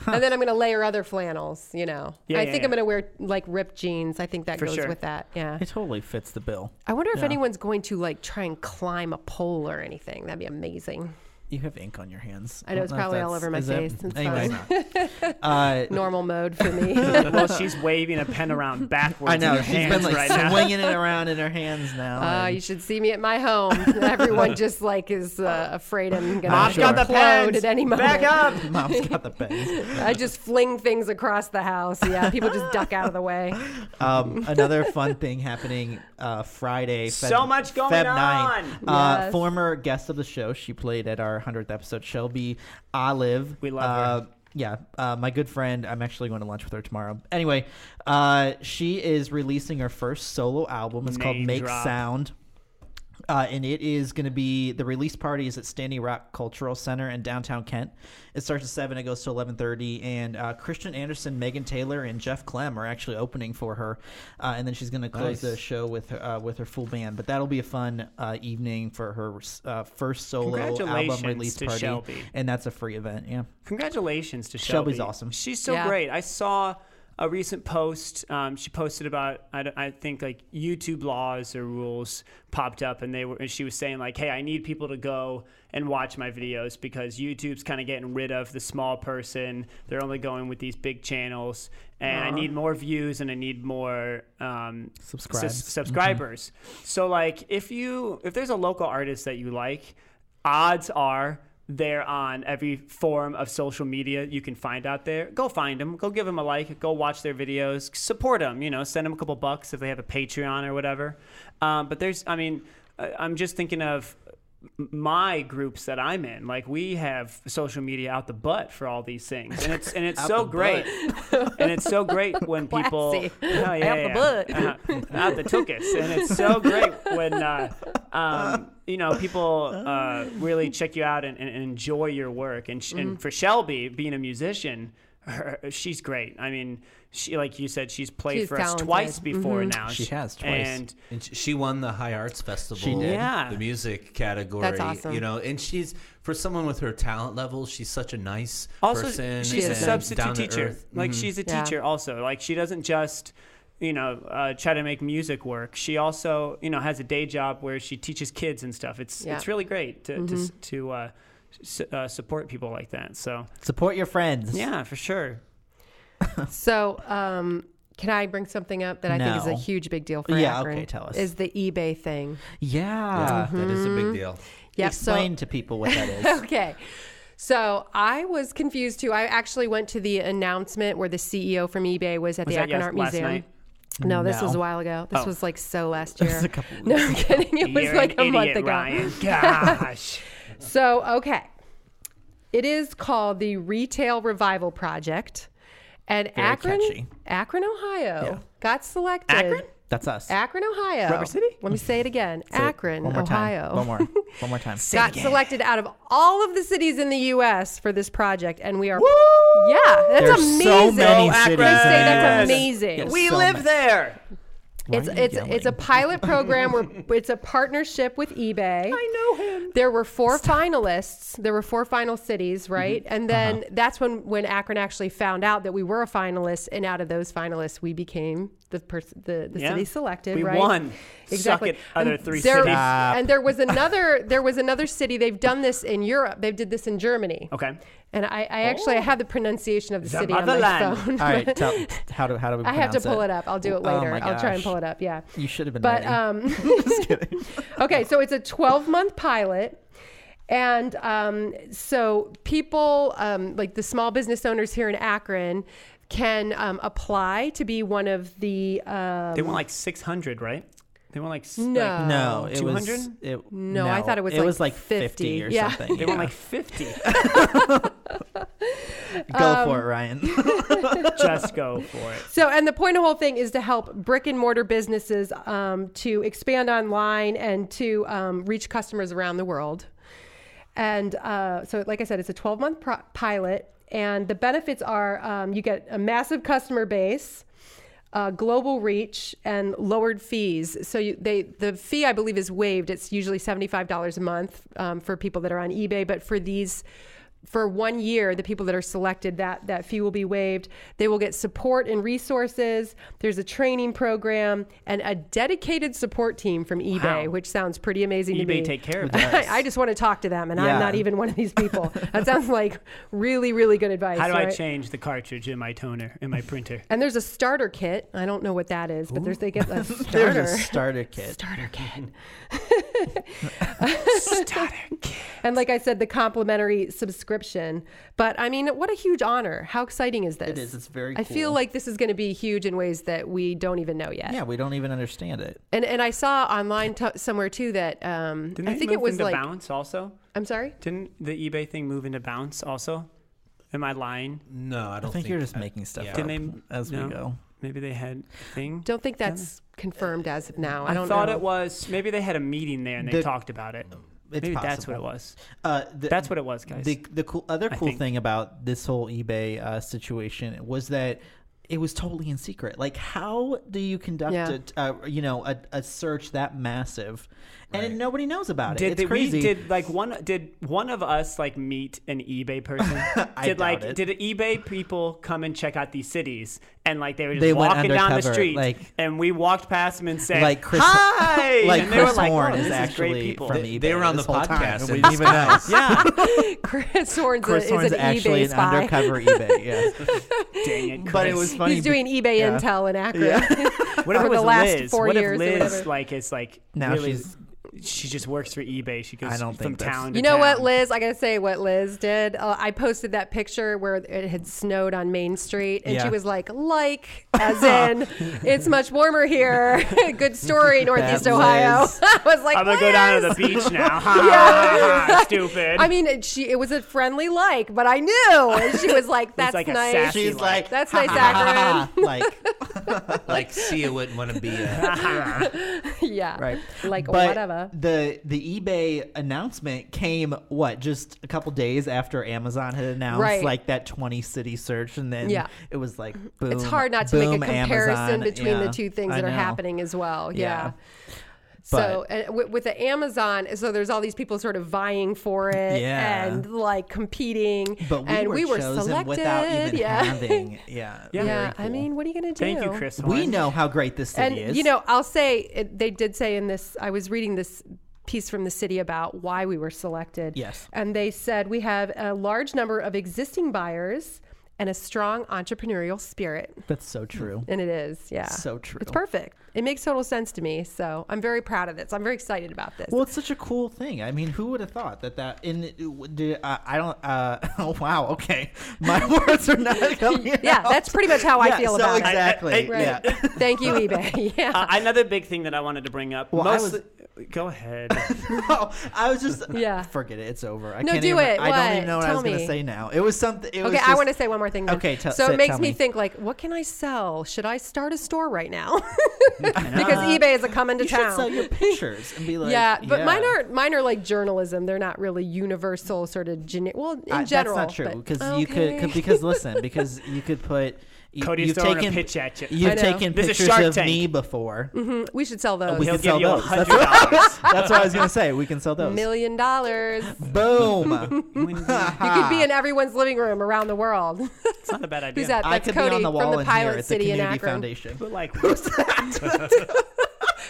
and then I'm gonna layer other flannels. You know,
Yeah,
I
yeah,
think I'm
yeah.
gonna wear like ripped jeans. I think that
For
goes
sure.
with that. Yeah.
it totally fits the bill.
I wonder if anyone's going to like try and climb a pole or anything. That'd be amazing.
You have ink on your hands.
I know, it's
don't if
probably all
that's-
over my
is it?
face. It's
Anyway, <laughs> uh,
Normal mode for me.
<laughs>
<laughs>
well, she's waving a pen around backwards.
I know
In her
she's
hands
been like
right now.
swinging it around in her hands now.
Uh,
and- <laughs>
you should see me at
<laughs>
my home. Everyone just like is uh, afraid I'm gonna
Mom's got the
implode at any moment.
Back up.
<laughs>
Mom's got the pens.
I just fling things across the house. Yeah, people just duck out of the way.
Um, another fun thing happening uh, Friday.
So much going
9th.
on.
Uh,
Yes.
Former guest of the show, she played at our 100th episode, Shelby Olive.
We love
uh, Yeah, uh, my good friend. I'm actually going to lunch with her tomorrow. Anyway, uh, she is releasing her first solo album. It's called
Name
Make
drop.
Sound. Uh, and it is going to be the release party is at Standing Rock Cultural Center in downtown Kent. It starts at seven. It goes to eleven thirty. And uh, Christian Anderson, Megan Taylor, and Jeff Clem are actually opening for her. Uh, and then she's going to close
Nice.
the show with her, uh, with her full band. But that'll be a fun uh, evening for her uh, first solo album
Congratulations
release
to
party.
Shelby.
And that's a free event. Yeah.
Congratulations to Shelby.
Shelby's awesome.
She's so
Yeah.
great. I saw a recent post. Um, she posted about I, don't- I think like YouTube laws or rules popped up, and they were. And she was saying like, "Hey, I need people to go and watch my videos because YouTube's kind of getting rid of the small person. They're only going with these big channels, and I need more views and I need more um,
Subscribes.
sus- subscribers. So like, if you if there's a local artist that you like, odds are they're on every form of social media you can find out there. Go find them. Go give them a like. Go watch their videos. Support them. You know, send them a couple bucks if they have a Patreon or whatever. Um, but there's, I mean, I- I'm just thinking of my groups that I'm in. Like we have social media out the butt for all these things, and it's and it's so great, and it's so great when people
Classy.
Oh, yeah,
<laughs> Out the butt.
uh-huh. out
<laughs>
the tuchus, and it's so great when uh, um, you know people uh,
Oh.
really check you out and, and and enjoy your work. And, sh-
Mm-hmm.
and for Shelby, being a musician, her, she's great. I mean, she like you said, she's played
She's
for us
talented. Mm-hmm.
twice before now.
She has twice.
And
And sh- she won the High Arts Festival,
She did.
Yeah.
the music category.
That's awesome.
You know, and she's for someone with her talent level, she's such a nice
also
person.
she's a
and
substitute
down to
teacher
earth. Mm-hmm.
like she's a
Yeah.
teacher also like she doesn't just you know uh, try to make music work she also you know has a day job where she teaches kids and stuff it's
Yeah. Mm-hmm.
it's really great to to, s- to uh, s- uh, support people like that so
Support your friends.
yeah for sure
So, um, can I bring something up that I think is
No.
a huge big deal for
Yeah,
Akron?
okay, tell us.
Is the eBay thing?
Yeah.
Yeah, Ah, Mm-hmm. that is a
Mm-hmm.
big deal.
Yep, so-
Explain to people what that
<laughs>
is.
okay. So I was confused too. I actually went to the announcement where the CEO from eBay was at
Was
the
that
Akron
yes-
Art
last
Museum.
night?
No, this
No.
was a while ago. This
Oh.
was like so last
<laughs>
year.
was a couple
no, I'm kidding. It was
You're
like
an
a
idiot,
month ago. <laughs>
Ryan. gosh
So, okay. It is called the Retail Revival Project. And
Very
Akron,
catchy.
Akron, Ohio
Yeah.
got selected.
Akron?
That's us.
Akron, Ohio.
Rubber City?
Let me say it again.
Say it
Akron,
one more
Ohio.
Time. One more. One more time.
Got selected out of all of the cities in the U.S. for this project, and we are. Yeah, that's
There's
amazing.
so many
Akron.
cities. in
They say
the US.
that's amazing.
Yes.
we
So
live
much.
there
Why
It's
are you
it's it's a
yelling?
pilot program where it's a partnership with eBay.
i know him
There were four finalists. There were four final cities, right? And then that's when when Akron actually found out that we were a finalist, and out of those finalists, we became the person the, the
Yeah.
city selected.
We
right?
won. Suck
Exactly.
it, other
And
three
there-
cities.
And there was another. There was another city. They've done this in Europe. They did this in Germany.
Okay.
And I, I actually I have the pronunciation of the
The
city on my
motherland.
phone.
All
<laughs>
right, tell, how do how do we?
I have to
pronounce
pull it up. I'll do it
Oh
later.
my
I'll try and
gosh.
pull it up. Yeah.
You should have been.
But
ready.
um,
<laughs> Just kidding.
<laughs> okay, so it's a 12 month pilot. And um, so people, um, like the small business owners here in Akron, can um, apply to be one of the. Um,
They won like 600, right? They won like s- like-
No.
No,
Oh,
it was
200?
it,
um, No, I thought it was
it
like
was like
50.
or
Yeah.
something.
they won
<laughs>
yeah.
like 50.
go
Um,
for it, Ryan.
Just go for it.
so, and the point of the whole thing is to help brick and mortar businesses um, to expand online and to um, reach customers around the world. And uh, so, like I said, it's a 12 month pro- pilot. And the benefits are um, you get a massive customer base. uh, global reach and lowered fees. So you, they the fee I believe is waived. It's usually seventy five dollars a month um, for people that are on eBay, but for these. For one year, the people that are selected, that, that fee will be waived. They will get support and resources. There's a training program and a dedicated support team from eBay,
Wow.
which sounds pretty amazing to me.
eBay take care
<laughs>
of that.
I, I just want to talk to them, and I'm
Yeah.
not even one of these people. that sounds like really, really good advice.
How do I
right?
change the cartridge in my toner, in my printer?
And there's a starter kit. I don't know what that is, but there's they get
<laughs>
a
There's
<laughs> starter.
a starter kit.
starter kit.
Starter kit.
And like I said, the complimentary subscription. But I mean, what a huge honor. How exciting is this?
It is. It's very
I feel
cool.
like this is going to be huge in ways that we don't even know yet.
Yeah, we don't even understand it.
And and I saw online t- somewhere too that um
Didn't
I
they
think
move
it was
into
like
bounce also?
I'm sorry.
Didn't the eBay thing move into bounce also? Am I lying?
No, I don't
I think you're just making stuff
yeah.
up
Didn't they-
as
no.
we go.
Maybe they had a thing.
Don't think that's confirmed as of now. I don't
thought
know.
it was. Maybe they had a meeting there and they
The-
talked about it.
It's
Maybe that's what it
possible.
was.
Uh, the,
That's what it was, guys.
The, the cool, other
I
cool
think.
thing about this whole eBay uh, situation was that it was totally in secret. Like, how do you conduct
Yeah.
a, uh, you know, a, a search that massive, and
Right.
nobody knows about it?
Did
it's
they-
crazy.
We, did like one? Did one of us like meet an eBay person?
<laughs> I
did like
doubt it.
did eBay people come and check out these cities and like they were just
They went
walking down the
undercover,
street
like-
and we walked past them and said
Like Chris-
hi
<laughs> like
and they were
Chris
like,
Horn
"Whoa,
is
this is great
actually
people.
from
They-
eBay.
They were on the
this whole time,
podcast
and
and
we
we
didn't <laughs> even know.
yeah,
<laughs> Chris Horn's, a,
Chris
is
Horn's
an
actually
eBay
an
spy.
undercover eBay.
<laughs>
Yeah.
dang it, Chris.
but it was funny.
He's doing eBay
yeah.
intel in Akron. <laughs>
what if
for
it
the
was
last
Liz?
four
what
years or
if Liz
whatever.
like is like
Now
really-
she's-
she just works for eBay. She goes
I don't
from
think that's-
town. to
You know what,
town.
Liz? I gotta say what Liz did. Uh, I posted that picture where it had snowed on Main Street, and she
Yeah.
was like, "Like, as in, it's much warmer here. <laughs> Good story, Northeast
That
Ohio."
Liz.
<laughs> I was like,
I'm gonna go down to the <laughs>
"Liz!"
beach
<laughs>
now. Ha, ha, ha, stupid.
I mean, it, she it was a friendly like, but I knew, and she was like, "That's
like a
nice."
sassy
She's like,
"That's
"Ha,
nice,
ha, ha, ha, ha." like,
<laughs> like Sia wouldn't want to be. A,
<laughs> yeah,
right
Like
But
whatever.
the the ebay announcement came what just a couple days after amazon had announced
Right.
like that 20 city search and then
Yeah.
it was like boom
It's hard not to make a
boom,
comparison
Amazon.
between
Yeah,
the two things
I
that are
know.
happening as well. yeah.
Yeah.
So uh, with, with the Amazon, so there's all these people sort of vying for it
Yeah.
and like competing.
but we
and
were,
we were
chosen
selected.
without even
yeah.
having yeah
Yeah.
yeah.
very
I
cool.
mean, what are you going to do?
Thank you, Chris.
we
Horn.
know how great this
And
city is
you know, I'll say it, they did say in this. I was reading this piece from the city about why we were selected.
Yes.
And they said we have a large number of existing buyers and a strong entrepreneurial spirit.
that's so true
And it is, yeah.
So true.
It's perfect. It makes total sense to me. So I'm very proud of this. I'm very excited about this.
Well, it's such a cool thing. I mean, who would have thought that that? In did, uh, I don't. Uh, <laughs> oh wow. Okay, my <laughs> words are not coming.
yeah,
out.
that's pretty much how I
Yeah,
feel
so
about it.
exactly.
I- I-
Right.
Yeah.
<laughs> Thank you, eBay. <laughs> Yeah.
Uh, another big thing that I wanted to bring up.
Well, I was-
mostly, go ahead.
<laughs> No, I was just
Yeah.
Forget it. It's over. I
No,
can't
do
even,
it.
I
What?
don't even know what
Tell
I was
me.
gonna say now. It was something. It was
okay, I
just-
want to say one more thing. Then.
Okay, tell-
so
say-
it makes
tell
me
me.
think like, what can I sell? Should I start a store right now? <laughs> because eBay is a coming to
You
town.
should sell your pictures and
<laughs>
be like,
yeah, but mine are mine are like journalism. They're not really universal, sort of generic. Well, in
I-
general,
That's not true
but-
because you could
<laughs> Okay.
could- because listen because you could put you-
Cody's
you've
throwing
taken
a pitch at you.
I
You've
know.
taken
This is
pictures
Shark
of
Tank.
me
<laughs>
before.
Mhm. We should sell
<laughs>
those.
Oh, We
He'll
can
give
sell
you a
those.
hundred
That's
dollars.
That's what I was gonna say. We can sell those.
Million dollars.
Boom.
<laughs>
<laughs>
You could
Ah.
be in everyone's living room around the world. <laughs>
It's not a bad idea.
Who's that?
I
That's
could
Cody
be on the wall
from the
in here
Pilot
at the
City in
Community
Akron.
Foundation.
But
<laughs>
like,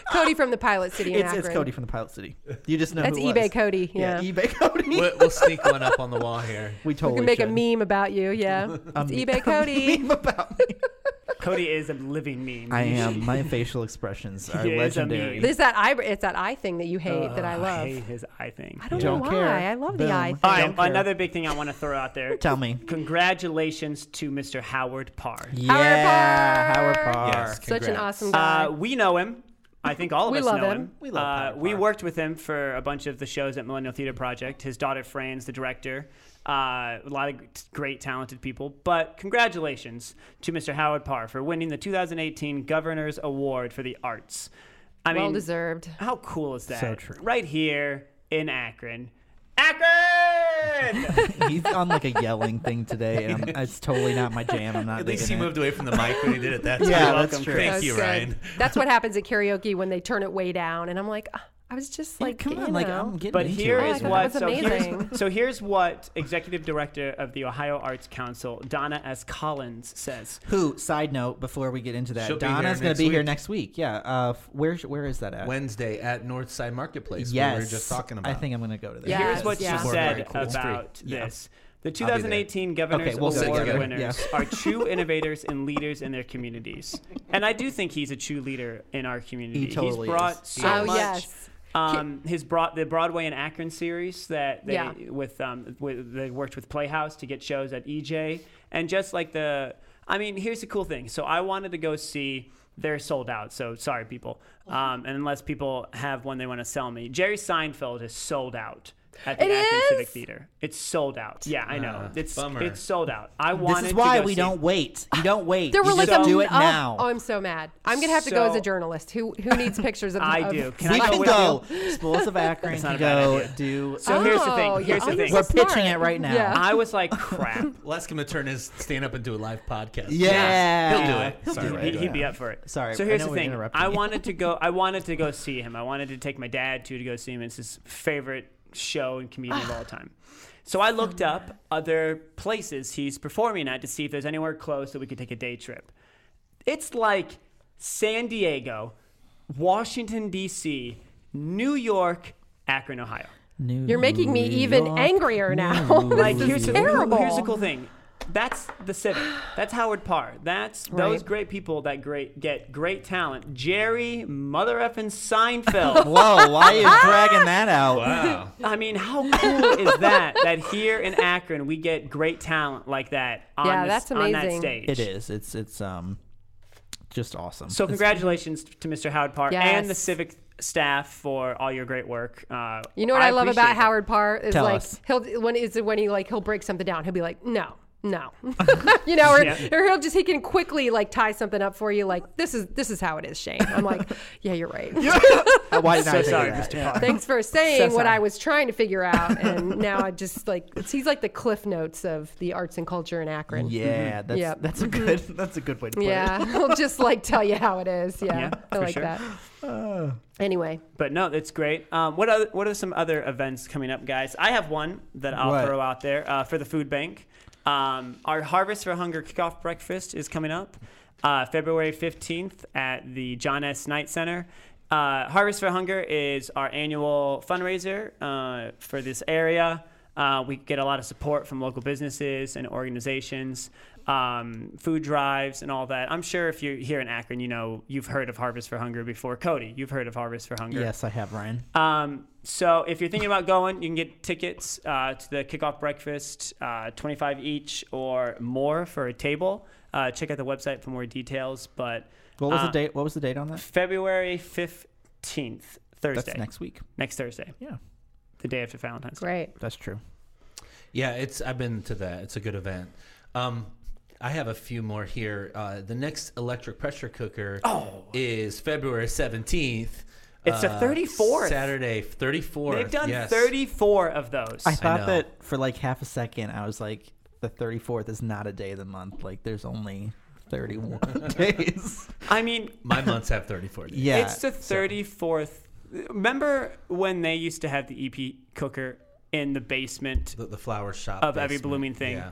Cody from the Pilot City in
It's,
Akron.
it's Cody from the Pilot City. You just know
That's
who it
eBay
was.
Cody. Yeah.
Yeah, eBay Cody.
we'll, we'll sneak one up on the wall here.
<laughs> We
we
totally
can make
should. Um,
a meme about you. Yeah. It's eBay Cody.
meme about me.
Cody is a living meme.
I
You
am.
<laughs>
My facial expressions
<laughs>
are
He is a
legendary.
meme.
There's that eye. It's that eye thing that you
should-
hate that I
Ugh,
love.
hate his eye thing.
I don't,
Don't
know why.
care.
I love the
Boom.
eye.
All
Thing.
right,
Don't care.
another big thing I want to throw out there.
Tell me.
Congratulations to Mr. Howard Parr.
Yeah,
Parr.
Howard Parr.
Yes.
Such an
Congrats.
awesome guy.
Uh, we know him. I think all of
We
us
love
know
him.
him.
We love Pirate
uh, We
Park.
worked with him for a bunch of the shows at Millennial Theater Project. His daughter Fran's the director. Uh, a lot of g- great, talented people. But congratulations to Mr. Howard Parr for winning the 2018 Governor's Award for the Arts. I
well
mean,
deserved.
how cool is that?
So true.
Right here in Akron.
<laughs>
Akron!
<laughs> He's on like a yelling thing today,
<laughs>
and I'm, it's totally not my jam. I'm not.
At least he
digging it.
moved away from the mic when he did
<laughs>
it that time.
Yeah,
You're
that's
welcome,
true.
Chris.
That was
you,
good.
Ryan.
That's what happens at karaoke when they turn it way down, and I'm like, "Ah, I was just
Yeah,
like,
come
you
on, like
know."
I'm getting.
But
into
here
it.
Oh, I
is what
thought that
so
was amazing.
here's, so here's what Executive Director of the Ohio Arts Council Donna S. Collins says.
Who? Side note: Before we get into that,
She'll be
Donna's going
here next
to be here
week.
next week. Yeah. Uh, f- where where is that at?
Wednesday at Northside Marketplace.
yes.
we were just talking about.
I think I'm going to go to that.
Yeah.
Here's
Yes,
what
yeah.
she
Support
said
very cool. It's free.
about
Yeah.
this. The
there.
2018 Governor's
Okay, we'll
sit
Award
together.
winners are true
<laughs>
innovators and leaders in their communities. And I do think he's a true leader in our community.
totally
he's brought
is.
so
oh
much.
yes,
Um, his brought the Broadway and Akron series that they
Yeah.
with um with, they worked with Playhouse to get shows at EJ and just like the I mean here's the cool thing so I wanted to go see they're sold out so sorry people
Uh-huh.
um, and unless people have one they want to sell me Jerry Seinfeld is sold out at the
It
Akron Civic
is?
Theater it's sold out yeah I know it's
bummer.
it's sold out I
This
wanted
is why
to go
we
see-
don't wait. You don't wait.
there were
you
like
just
a
do it
oh,
now.
Oh, I'm so mad. I'm gonna have to go
So-
as a journalist. Who who needs pictures of?
I
of- Oh,
do. Can
we
I
can
with
go. Sports of <laughs> Akron
That's not
can
a bad
go
idea.
do.
So here's the
Oh,
thing here's
yeah.
the
Oh, you're
thing
We're
so
pitching
smart.
it right now.
Yeah.
I was like crap
We'll ask him to turn his stand up into a live podcast.
Yeah.
He'll do it.
He'll
Sorry,
do it.
Ryan,
He-
go
he'd
ahead.
be up for it.
Sorry,
So
I
here's
know
the
we're
thing.
interrupting
I
you.
wanted to
<laughs>
go. I wanted to go see him. I wanted to take my dad too to go see him. It's his favorite show and comedian
<sighs>
of all time. So I looked up other places he's performing at to see if there's anywhere close that we could take a day trip. It's like San Diego, Washington D.C., New York, Akron, Ohio.
You're making me even angrier now. <laughs> this
Like
is
here's the,
terrible.
here's the cool thing. That's the civic. That's Howard Parr. That's those
Right.
great people that great get great talent. Jerry mother effing
<laughs>
Seinfeld.
Whoa! Why are <laughs> you dragging that out? <laughs>
Wow.
I mean, how cool is that? That here in Akron we get great talent like that on,
Yeah,
this-
that's
on that
amazing.
stage.
It is. It's it's um, just awesome. <laughs>
So
It's-
congratulations to Mr. Howard Parr
Yes.
and the civic staff for all your great work. Uh,
You know what I, love about
appreciate it.
Howard Parr is
Tell
like
us.
he'll when is when he like he'll break something down. He'll be like, no.
<laughs>
No, <laughs> you know, or,
Yeah.
or he'll just he can quickly like tie something up for you. Like this is this is how it is, Shane. I'm like, <laughs> yeah, you're
<laughs>
right.
Why did I
So
say
sorry,
that?
Mr. Parr.
Thanks for saying
So
what
sorry.
I was trying to figure out, and now I just like it's, he's like the cliff notes of the arts and culture in Akron.
Yeah, that's
Yep.
that's a good <laughs> that's a good way to put
yeah, <laughs> he'll just like tell you how it is. Yeah,
Yeah,
I
for
like
sure.
that.
<sighs>
Anyway,
But no, it's great. Um, what other, what are some other events coming up, guys? I have one that I'll
What?
throw out there uh, for the food bank. Um, our Harvest for Hunger kickoff breakfast is coming up uh, February 15th at the John S. Knight Center. Uh, Harvest for Hunger is our annual fundraiser uh, for this area. Uh, we get a lot of support from local businesses and organizations, um, food drives, and all that. I'm sure if you're here in Akron, you know you've heard of Harvest for Hunger before. Cody, you've heard of Harvest for
it.
Hunger.
Yes, I have Ryan.
Um, so if you're thinking about going, you can get tickets uh, to the kickoff breakfast, uh, 25 each or more for a table. Uh, check out the website for more details. But
What was
uh,
the date? What was the date on that?
February 15th, Thursday.
That's next week.
Next Thursday,
Yeah,
the day after Valentine's. Day.
great.
that's true.
Yeah, it's. I've been to that. It's a good event. Um, I have a few more here. Uh, the next electric pressure cooker is February seventeenth.
Oh.
Uh,
It's the 34th.
Saturday, thirty fourth.
They've done
yes.
34 of those.
I thought
know.
that for like half a second, I was like, the 34th is not a day of the month. Like, there's only 31 <laughs> days.
I mean, <laughs>
My months have 34 days.
Yeah.
it's the thirty fourth. Remember when they used to have the EP cooker in the basement,
The, the flower shop
Of every
basement.
blooming thing.
Yeah.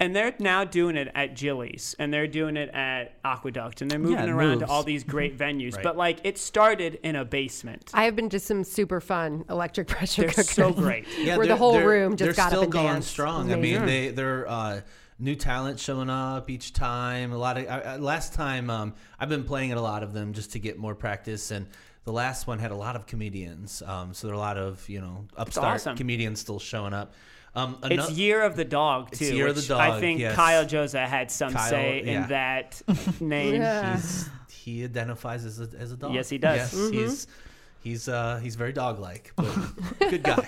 and they're now doing it at Gillies, and they're doing it at Aqueduct, and they're moving
it
around to
moves.
all these great
<laughs>
venues.
Right.
But like, it started in a basement.
I have been to some super fun electric pressure
They're
cookers.
so great.
<laughs> yeah,
where the
they're-
whole
they're-
room just
they're
got
still
up and
going
danced.
strong. I mean, they they're uh, new talent showing up each time. A lot of I, I, last time um, I've been playing at a lot of them just to get more practice, and the last one had a lot of comedians. Um, so there are a lot of you know upstart
awesome.
comedians still showing up. Um,
It's
ano-
Year of the Dog too.
Year of the
which I
Dog,
think
yes.
Kyle Joza had some
Kyle,
say
yeah.
in
<laughs>
that name.
Yeah.
he's, he identifies as a, as a dog.
Yes, he does.
Yes,
Mm-hmm.
he's he's uh, he's very dog like,
<laughs>
but good guy.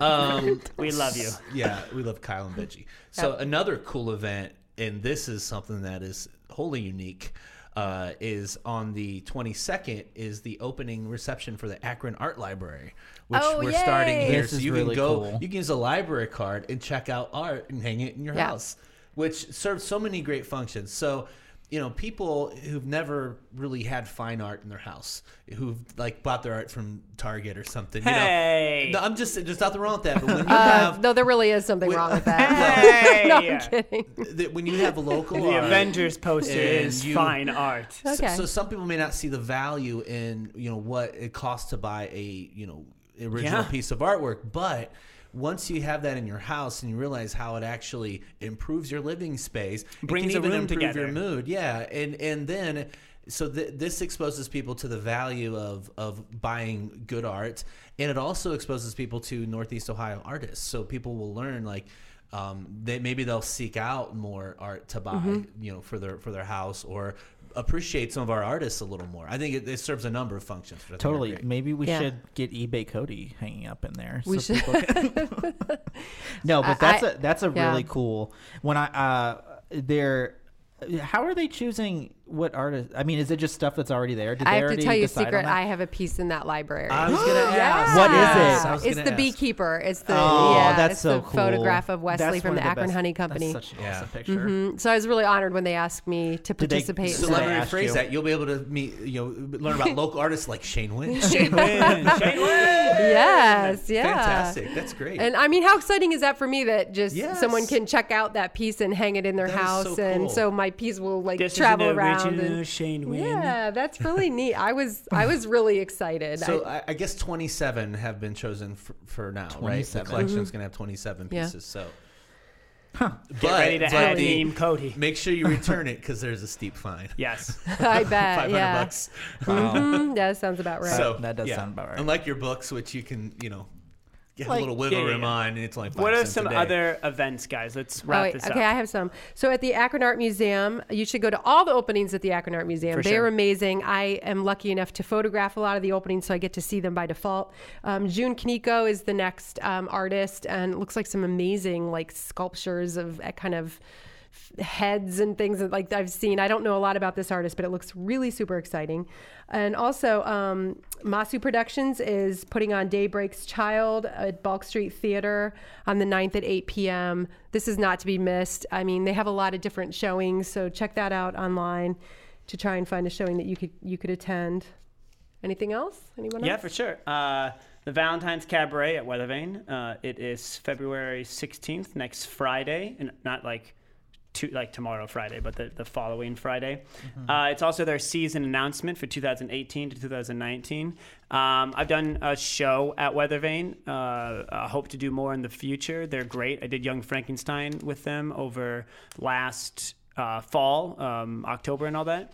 Um,
We love
<laughs>
you.
yeah, we love Kyle and Benji. So another cool event, and this is something that is wholly unique. Uh, is on the 22nd is the opening reception for the Akron Art Library, which
Oh,
we're
yay.
starting here.
This
so
is
you
really
can go,
cool.
you can use a library card and check out art and hang it in your
Yeah.
house, which serves so many great functions. So, you know, people who've never really had fine art in their house, who've like bought their art from Target or something. you know.
Hey.
no, I'm just there's nothing wrong with that.
<laughs>
But when you
Uh,
have
no, there really is something
Wait,
wrong
<laughs>
with that.
Hey!
<laughs> no, I'm kidding.
that when you have local
<laughs> The
art,
Avengers poster
And
is
you-
fine
<laughs>
art.
So,
Okay.
so some people may not see the value in you know what it costs to buy a you know original
Yeah.
piece of artwork, but once you have that in your house and you realize how it actually improves your living space, it
Brings
can
a
even
room
improve
together.
your mood. Yeah, and and then so th- this exposes people to the value of of buying good art, and it also exposes people to Northeast Ohio artists. So people will learn like. Um, they maybe they'll seek out more art to buy,
Mm-hmm.
you know, for their for their house or appreciate some of our artists a little more. I think it, it serves a number of functions. but I think they're
Totally.
great.
Maybe we
Yeah.
should get eBay Cody hanging up in there.
We should-
people can-
<laughs>
no, but that's
I-
a that's a
yeah.
really cool. When I uh, they're how are they choosing what artist? I mean, is it just stuff that's already there? Did
I
they
have to
already
tell you a
decide on
secret.
that?
I have a piece in that library.
I was gonna ask.
What is
<gasps> Yeah.
it? I
Ah. was
It's the
gonna ask.
beekeeper. It's the
Oh,
yeah.
that's
it's
so
the
cool.
photograph of Wesley
That's
from
one
the
of
Akron
best-
Honey
that's
Company.
such an
Yeah.
awesome picture.
Mm, So I was really honored when they asked me to
they-
participate.
so
in
So let me
that.
asked
rephrase
you.
that. You'll be able to meet, you know, learn
<laughs>
about local artists like Shane Winch.
Yes, yeah.
Fantastic. That's great.
And I mean, how exciting is that for me that just
Yes.
someone can check out that piece and hang it in their
That is so
house, and
cool.
so my piece will like
This
travel
is an
around. and-
original Shane Wynn.
yeah, that's really neat. I was I was really excited.
so
I-
I, I guess 27 have been chosen for, for now, right? The
27.
collection's going to have 27
Mm-hmm. Yeah.
pieces. So. But,
Get ready to
but
add
the-
Name Cody.
Make sure you return it because there's a steep fine. <laughs>
Yes.
<laughs> I, bet.
500
Yeah.
bucks.
Mhm, that sounds about right.
So
That does sound about right.
Unlike your books, which you can, you know, get
Like-
a little wiggle
Yeah, yeah,
room
yeah.
on, and it's only five
What are
cents a
some
day.
other events, guys? Let's
Oh,
wrap
wait,
this
okay,
up.
I have some. So at the Akron Art Museum, you should go to all the openings at the Akron Art Museum.
For
they
sure.
are amazing. I am lucky enough to photograph a lot of the openings, so I get to see them by default. Um, June Kaneko is the next um, artist, and it looks like some amazing like sculptures of uh, kind of f- heads and things that like I've seen. I don't know a lot about this artist, but it looks really super exciting. And also, um, Masu Productions is putting on Daybreak's Child at Balk Street Theater on the 9th at 8 p.m. This is not to be missed. I mean, they have a lot of different showings, so check that out online to try and find a showing that you could you could attend. Anything else? Anyone
Yeah,
else?
for sure. Uh, the Valentine's Cabaret at Weathervane. Uh, it is February 16th, next Friday, and not like to, like tomorrow Friday, but the, the following Friday.
Mm-hmm.
Uh, it's also their season announcement for 2018 to 2019. Um, I've done a show at Weathervane. Uh, I hope to do more in the future. They're great. I did Young Frankenstein with them over last uh, fall, um, October, and all that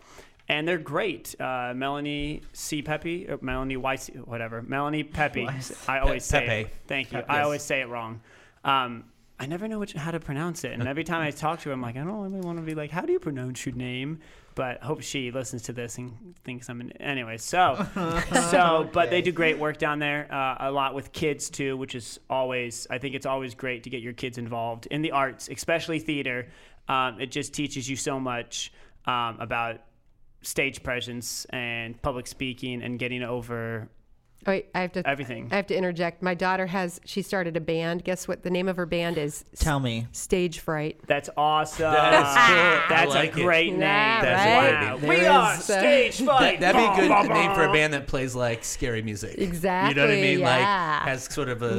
and they're great. Uh, Melanie C. Pepe, or Melanie Y. C., whatever. Melanie Pepe. I always say.
Pepe.
It. Thank you. I always say it wrong. Um, I never know which, how to pronounce it, and every time I talk to her, I'm like, I don't really want to be like, how do you pronounce your name? But I hope she listens to this and thinks I'm an anyway. So, so, but they do great work down there. Uh, a lot with kids too, which is always. I think it's always great to get your kids involved in the arts, especially theater. Um, it just teaches you so much um, about stage presence and public speaking and getting over
Oh, wait, I have to
Everything.
I have to interject. My daughter has she started a band. Guess what? The name of her band is S-
Tell me.
Stage Fright.
That's awesome.
That is cool. I
That's
like
a
it.
great name.
Yeah,
That's right.
wow.
a great
We
There
are
is, uh,
stage fight.
That'd be a
Bah, <laughs>
good
bah,
name for a
bah.
band that plays like scary music. You know what I
Exactly,
mean?
yeah. Mm-hmm.
Like has sort of a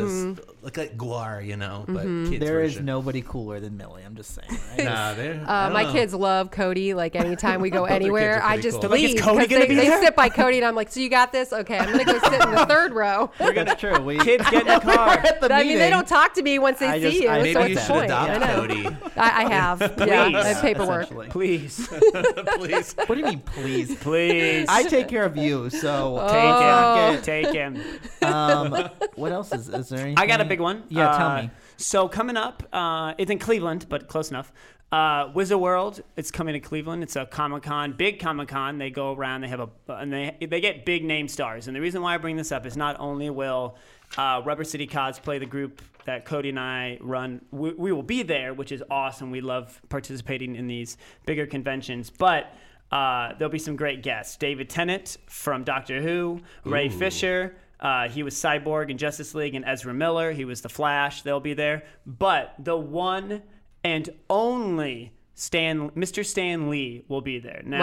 like like guar, you know, but kids
There is
version.
nobody cooler than Millie. I'm just saying.
<laughs>
Right?
Nah, there.
Uh, my kids love Cody. Like anytime we go
Their kids are
anywhere, I
pretty
just
cool. They're
like, "Is
leave.
Cody
'cause
gonna
they,
be
they
there?"
sit by Cody, and I'm like, "So you got this? Okay, I'm gonna go sit in the third row."
That's true. We,
Kids, get in the car.
at the
I mean, they
meeting.
don't talk to me once they
I
see
just-
you.
I-
so
Maybe
what's
you
the
should
point? I
adopt
know.
Cody.
I, I have. yeah, I
Please.
have paperwork.
essentially.
Please,
Please.
What do you mean, please?
please.
I take care of you, so
Take
<laughs> Oh.
him. Take him.
Um,
<laughs>
what else is, is there? Anything?
I got a big one.
Yeah,
Uh,
tell me.
So coming up, uh, it's in Cleveland, but close enough. Uh, Wizard World, it's coming to Cleveland. It's a Comic Con, big Comic Con. They go around. They have a and they they get big name stars. And the reason why I bring this up is not only will uh, Rubber City Cosplay, the group that Cody and I run, we, we will be there, which is awesome. We love participating in these bigger conventions, but. Uh, there'll be some great guests. David Tennant from Doctor Who, Ray Fisher, uh, he was Cyborg in Justice League and Ezra Miller. He was the Flash. They'll be there. But the one and only Stan, Mr. Stan Lee, will be there. Now,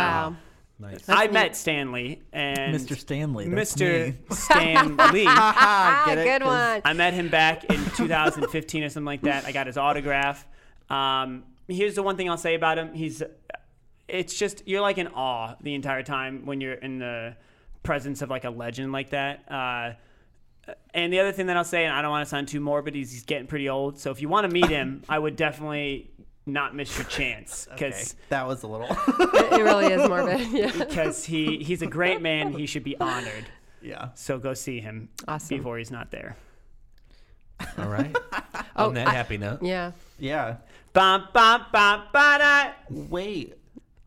Wow.
I met Stan Lee and
Mr. Stanley, that's
Mr.
me.
<laughs> Stan Lee. <laughs>
Ah,
Ah,
get it?
good
'Cause
one.
I met him back in 2015 or something like that. I got his autograph. Um, here's the one thing I'll say about him. He's, it's just you're like in awe the entire time when you're in the presence of like a legend like that. Uh, and the other thing that I'll say, and I don't want to sound too morbid, is he's getting pretty old. So if you want to meet him, I would definitely not miss your chance
Okay,
because
that was a little. <laughs>
It, it really is morbid. <laughs> Yeah.
he he's a great man. He should be honored.
yeah.
So go see him
Awesome.
before he's not there.
All right. On that happy note.
Oh, Yeah.
Yeah.
Bum, bum, bum, ba-da.
Wait.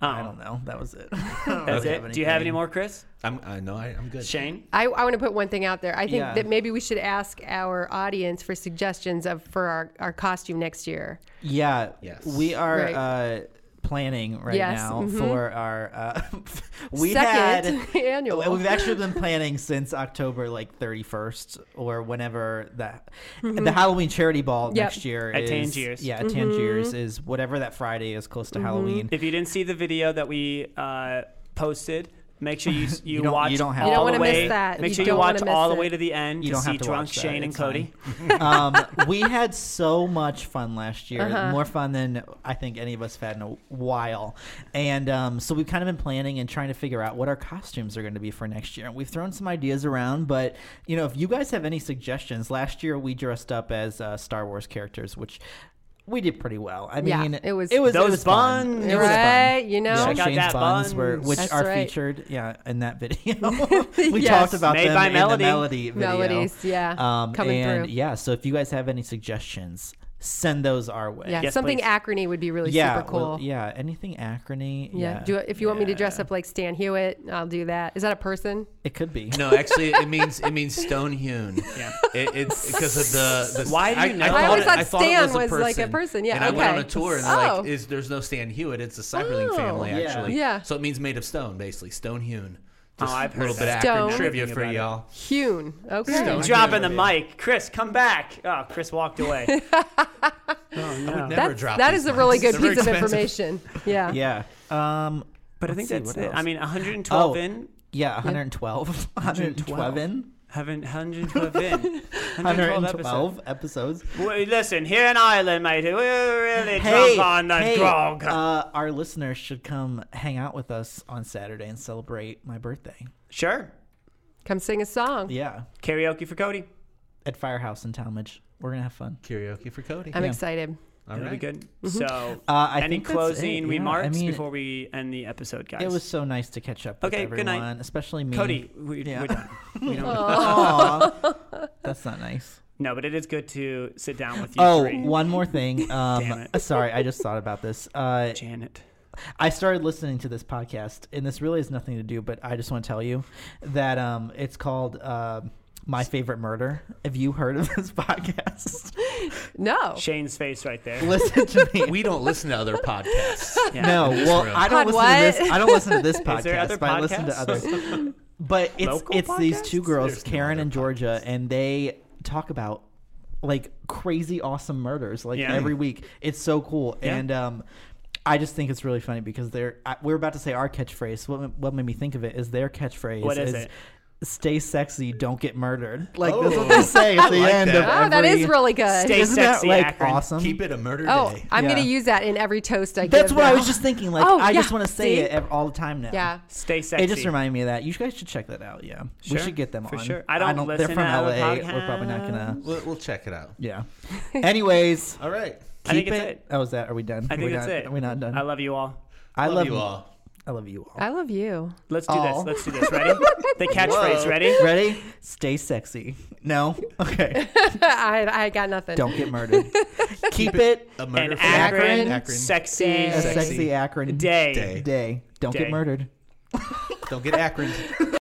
I
Oh,
don't know. That was it. <laughs>
that's it. Do you have any more, Chris?
I'm I know I, I'm good.
Shane?
I, I want to put one thing out there. I think
Yeah.
that maybe we should ask our audience for suggestions of for our, our costume next year.
Yeah.
Yes.
We are
Right.
uh, planning right
Yes,
now
mhm.
for our. Uh, <laughs> we
<laughs> Second
had Oh,
annual.
We've actually
<laughs>
been planning since October like 31st or whenever that
Mm-hmm.
the Halloween charity ball next year
At
is,
Tangiers.
Yeah, at Tangiers is whatever that Friday is close to
Mm-hmm.
Halloween.
If you didn't see the video that we uh, posted, make sure you
<laughs>
you,
don't-
watch
you don't have
all
to. You don't
the
wanna miss
way.
that.
Make
You
sure you
don't wanna
watch
miss
all the
it.
way to the end
You
to
don't
see
have to
drunk
watch that.
Shane and
It's
Cody.
um, we had so much fun last year,
Uh-huh.
more fun than I think any of us have had in a while. And um, so we've kind of been planning and trying to figure out what our costumes are going to be for next year. And we've thrown some ideas around, but you know, if you guys have any suggestions, last year we dressed up as uh, Star Wars characters, which we did pretty well. I
Yeah,
mean,
it was-
it was
Those
it was fun.
buns.
It was fun.
Right, you know?
yeah,
Check out
Shane's
that
buns, were,
buns.
which
That's
are
right.
featured, yeah, in that
<laughs>
video. <laughs> we
Yes.
talked about
Made
them
by
in
Melody.
the melody video.
Melodies, yeah,
um,
coming
and
through.
yeah, so if you guys have any suggestions, send those our way.
Yeah,
Yes,
something
please.
acrony would be really
yeah,
super cool.
well, yeah. Anything acrony?
Yeah.
Yeah.
Do it- if you want me to dress
Yeah.
up like Stan Hewitt, I'll do that. Is that a person?
it could
<laughs>
be.
No, actually, it means it means stone hewn.
Yeah.
It, it's because of the, the.
Why do you know? I
thought
always
it-
thought
it
Stan was like a person. Yeah,
And I went on
okay.
a tour and they're like,
Oh.
is there's no Stan Hewitt? It's a Cyberling
Oh.
family
Yeah.
actually.
Yeah.
So it means made of stone, basally stone hewn.
Oh, I've heard
a little bit
that.
of acronym
Stone.
trivia for
Thinking about
y'all.
Hune. Okay.
Stone.
Dropping the mic. Chris, come back. Oh, Chris walked
<laughs>
away. oh, no.
Never
That's,
drop
that
these
is a
mics.
really good
They're very
piece of
expensive.
information.
<laughs>
Yeah.
Yeah. Um,
<laughs> but I
let's
think
see,
that's
what
it.
else?
I mean, 112
Oh.
in.
yeah, 112,
<laughs>
112,
112. Haven't 112
<laughs>
in. 112 episodes.
112 episodes.
Wait, listen, here in Ireland, mate, we're really
Hey,
drunk on the
hey,
grog.
Uh, our listeners should come hang out with us on Saturday and celebrate my birthday.
sure.
Come sing a song.
Yeah,
Karaoke for Cody.
at Firehouse in Talmadge. We're gonna have fun.
Karaoke for Cody.
I'm
Yeah.
excited.
All
That'll be
right.
good. So,
Uh, I
any
think that's it,
closing
yeah.
remarks
I mean,
before we end the episode, guys?
It was so nice to catch up with
Okay,
everyone,
good night.
especially me.
Cody. We,
Yeah.
We're done. We don't-
Aw. That's not nice.
no, but it is good to sit down with you.
Oh,
three.
one more thing. Um,
it.
sorry, I just thought about this. Uh,
Janet.
I started listening to this podcast, and this really has nothing to do, but I just want to tell you that um, it's called uh, My Favorite Murder. Have you heard of this <laughs> podcast?
No.
Shane's face right there.
Listen to me.
<laughs> We don't listen to other podcasts.
Yeah.
No,
<laughs>
well,
room.
I don't listen
Pod
to
what?
this. I don't listen to this podcast,
Is there other
but I listen to
podcasts? <laughs>
others. But it's
Local
it's these two
podcasts?
girls,
There's no
Karen
other
and Georgia, and they talk about like crazy awesome murders like
Yeah.
every week. It's so cool,
Yeah.
and um, I just think it's really funny because they're I, we're about to say our catchphrase. What what made me think of it is their catchphrase.
What is it?
Stay sexy, don't get murdered. Like that's what
Oh.
they say at the
like
end
that.
of
Oh, that
every-
is really good.
Stay
Isn't that
sexy,
like
Akron.
awesome?
Keep it a murder
oh,
day.
I'm
Yeah.
gonna use that in every toast I
That's
give.
what I
now.
was just thinking. Like
Oh,
I just
yeah.
want to say
See?
it ev- all the time now.
Yeah.
Stay sexy.
It just reminded me of that. You guys should check that out. Yeah,
Sure,
we should get them
for
on.
sure. I don't
they're
listen
from
to
LA.
other
We're probably not gonna.
We'll, we'll check it out.
Yeah. Anyways,
All right.
<laughs> I think
keep
it's
it.
it.
Oh, is that? Are we done?
I think
We're
that's
not,
it.
Are we not done?
I love you all.
I
Love you all.
I love you all. <laughs>
I love you.
Let's do
All.
this. Let's do
<laughs>
this. Ready? the catchphrase.
Whoa.
Ready?
Ready? Stay sexy. No. Okay.
I, <laughs> I got nothing.
Don't get murdered.
<laughs>
Keep it
A murder
An
for
Akron,
Akron
sexy
Day.
a
Sexy
sexy Akron
day.
Day.
Day. Don't
Day.
get murdered.
Don't get Akron.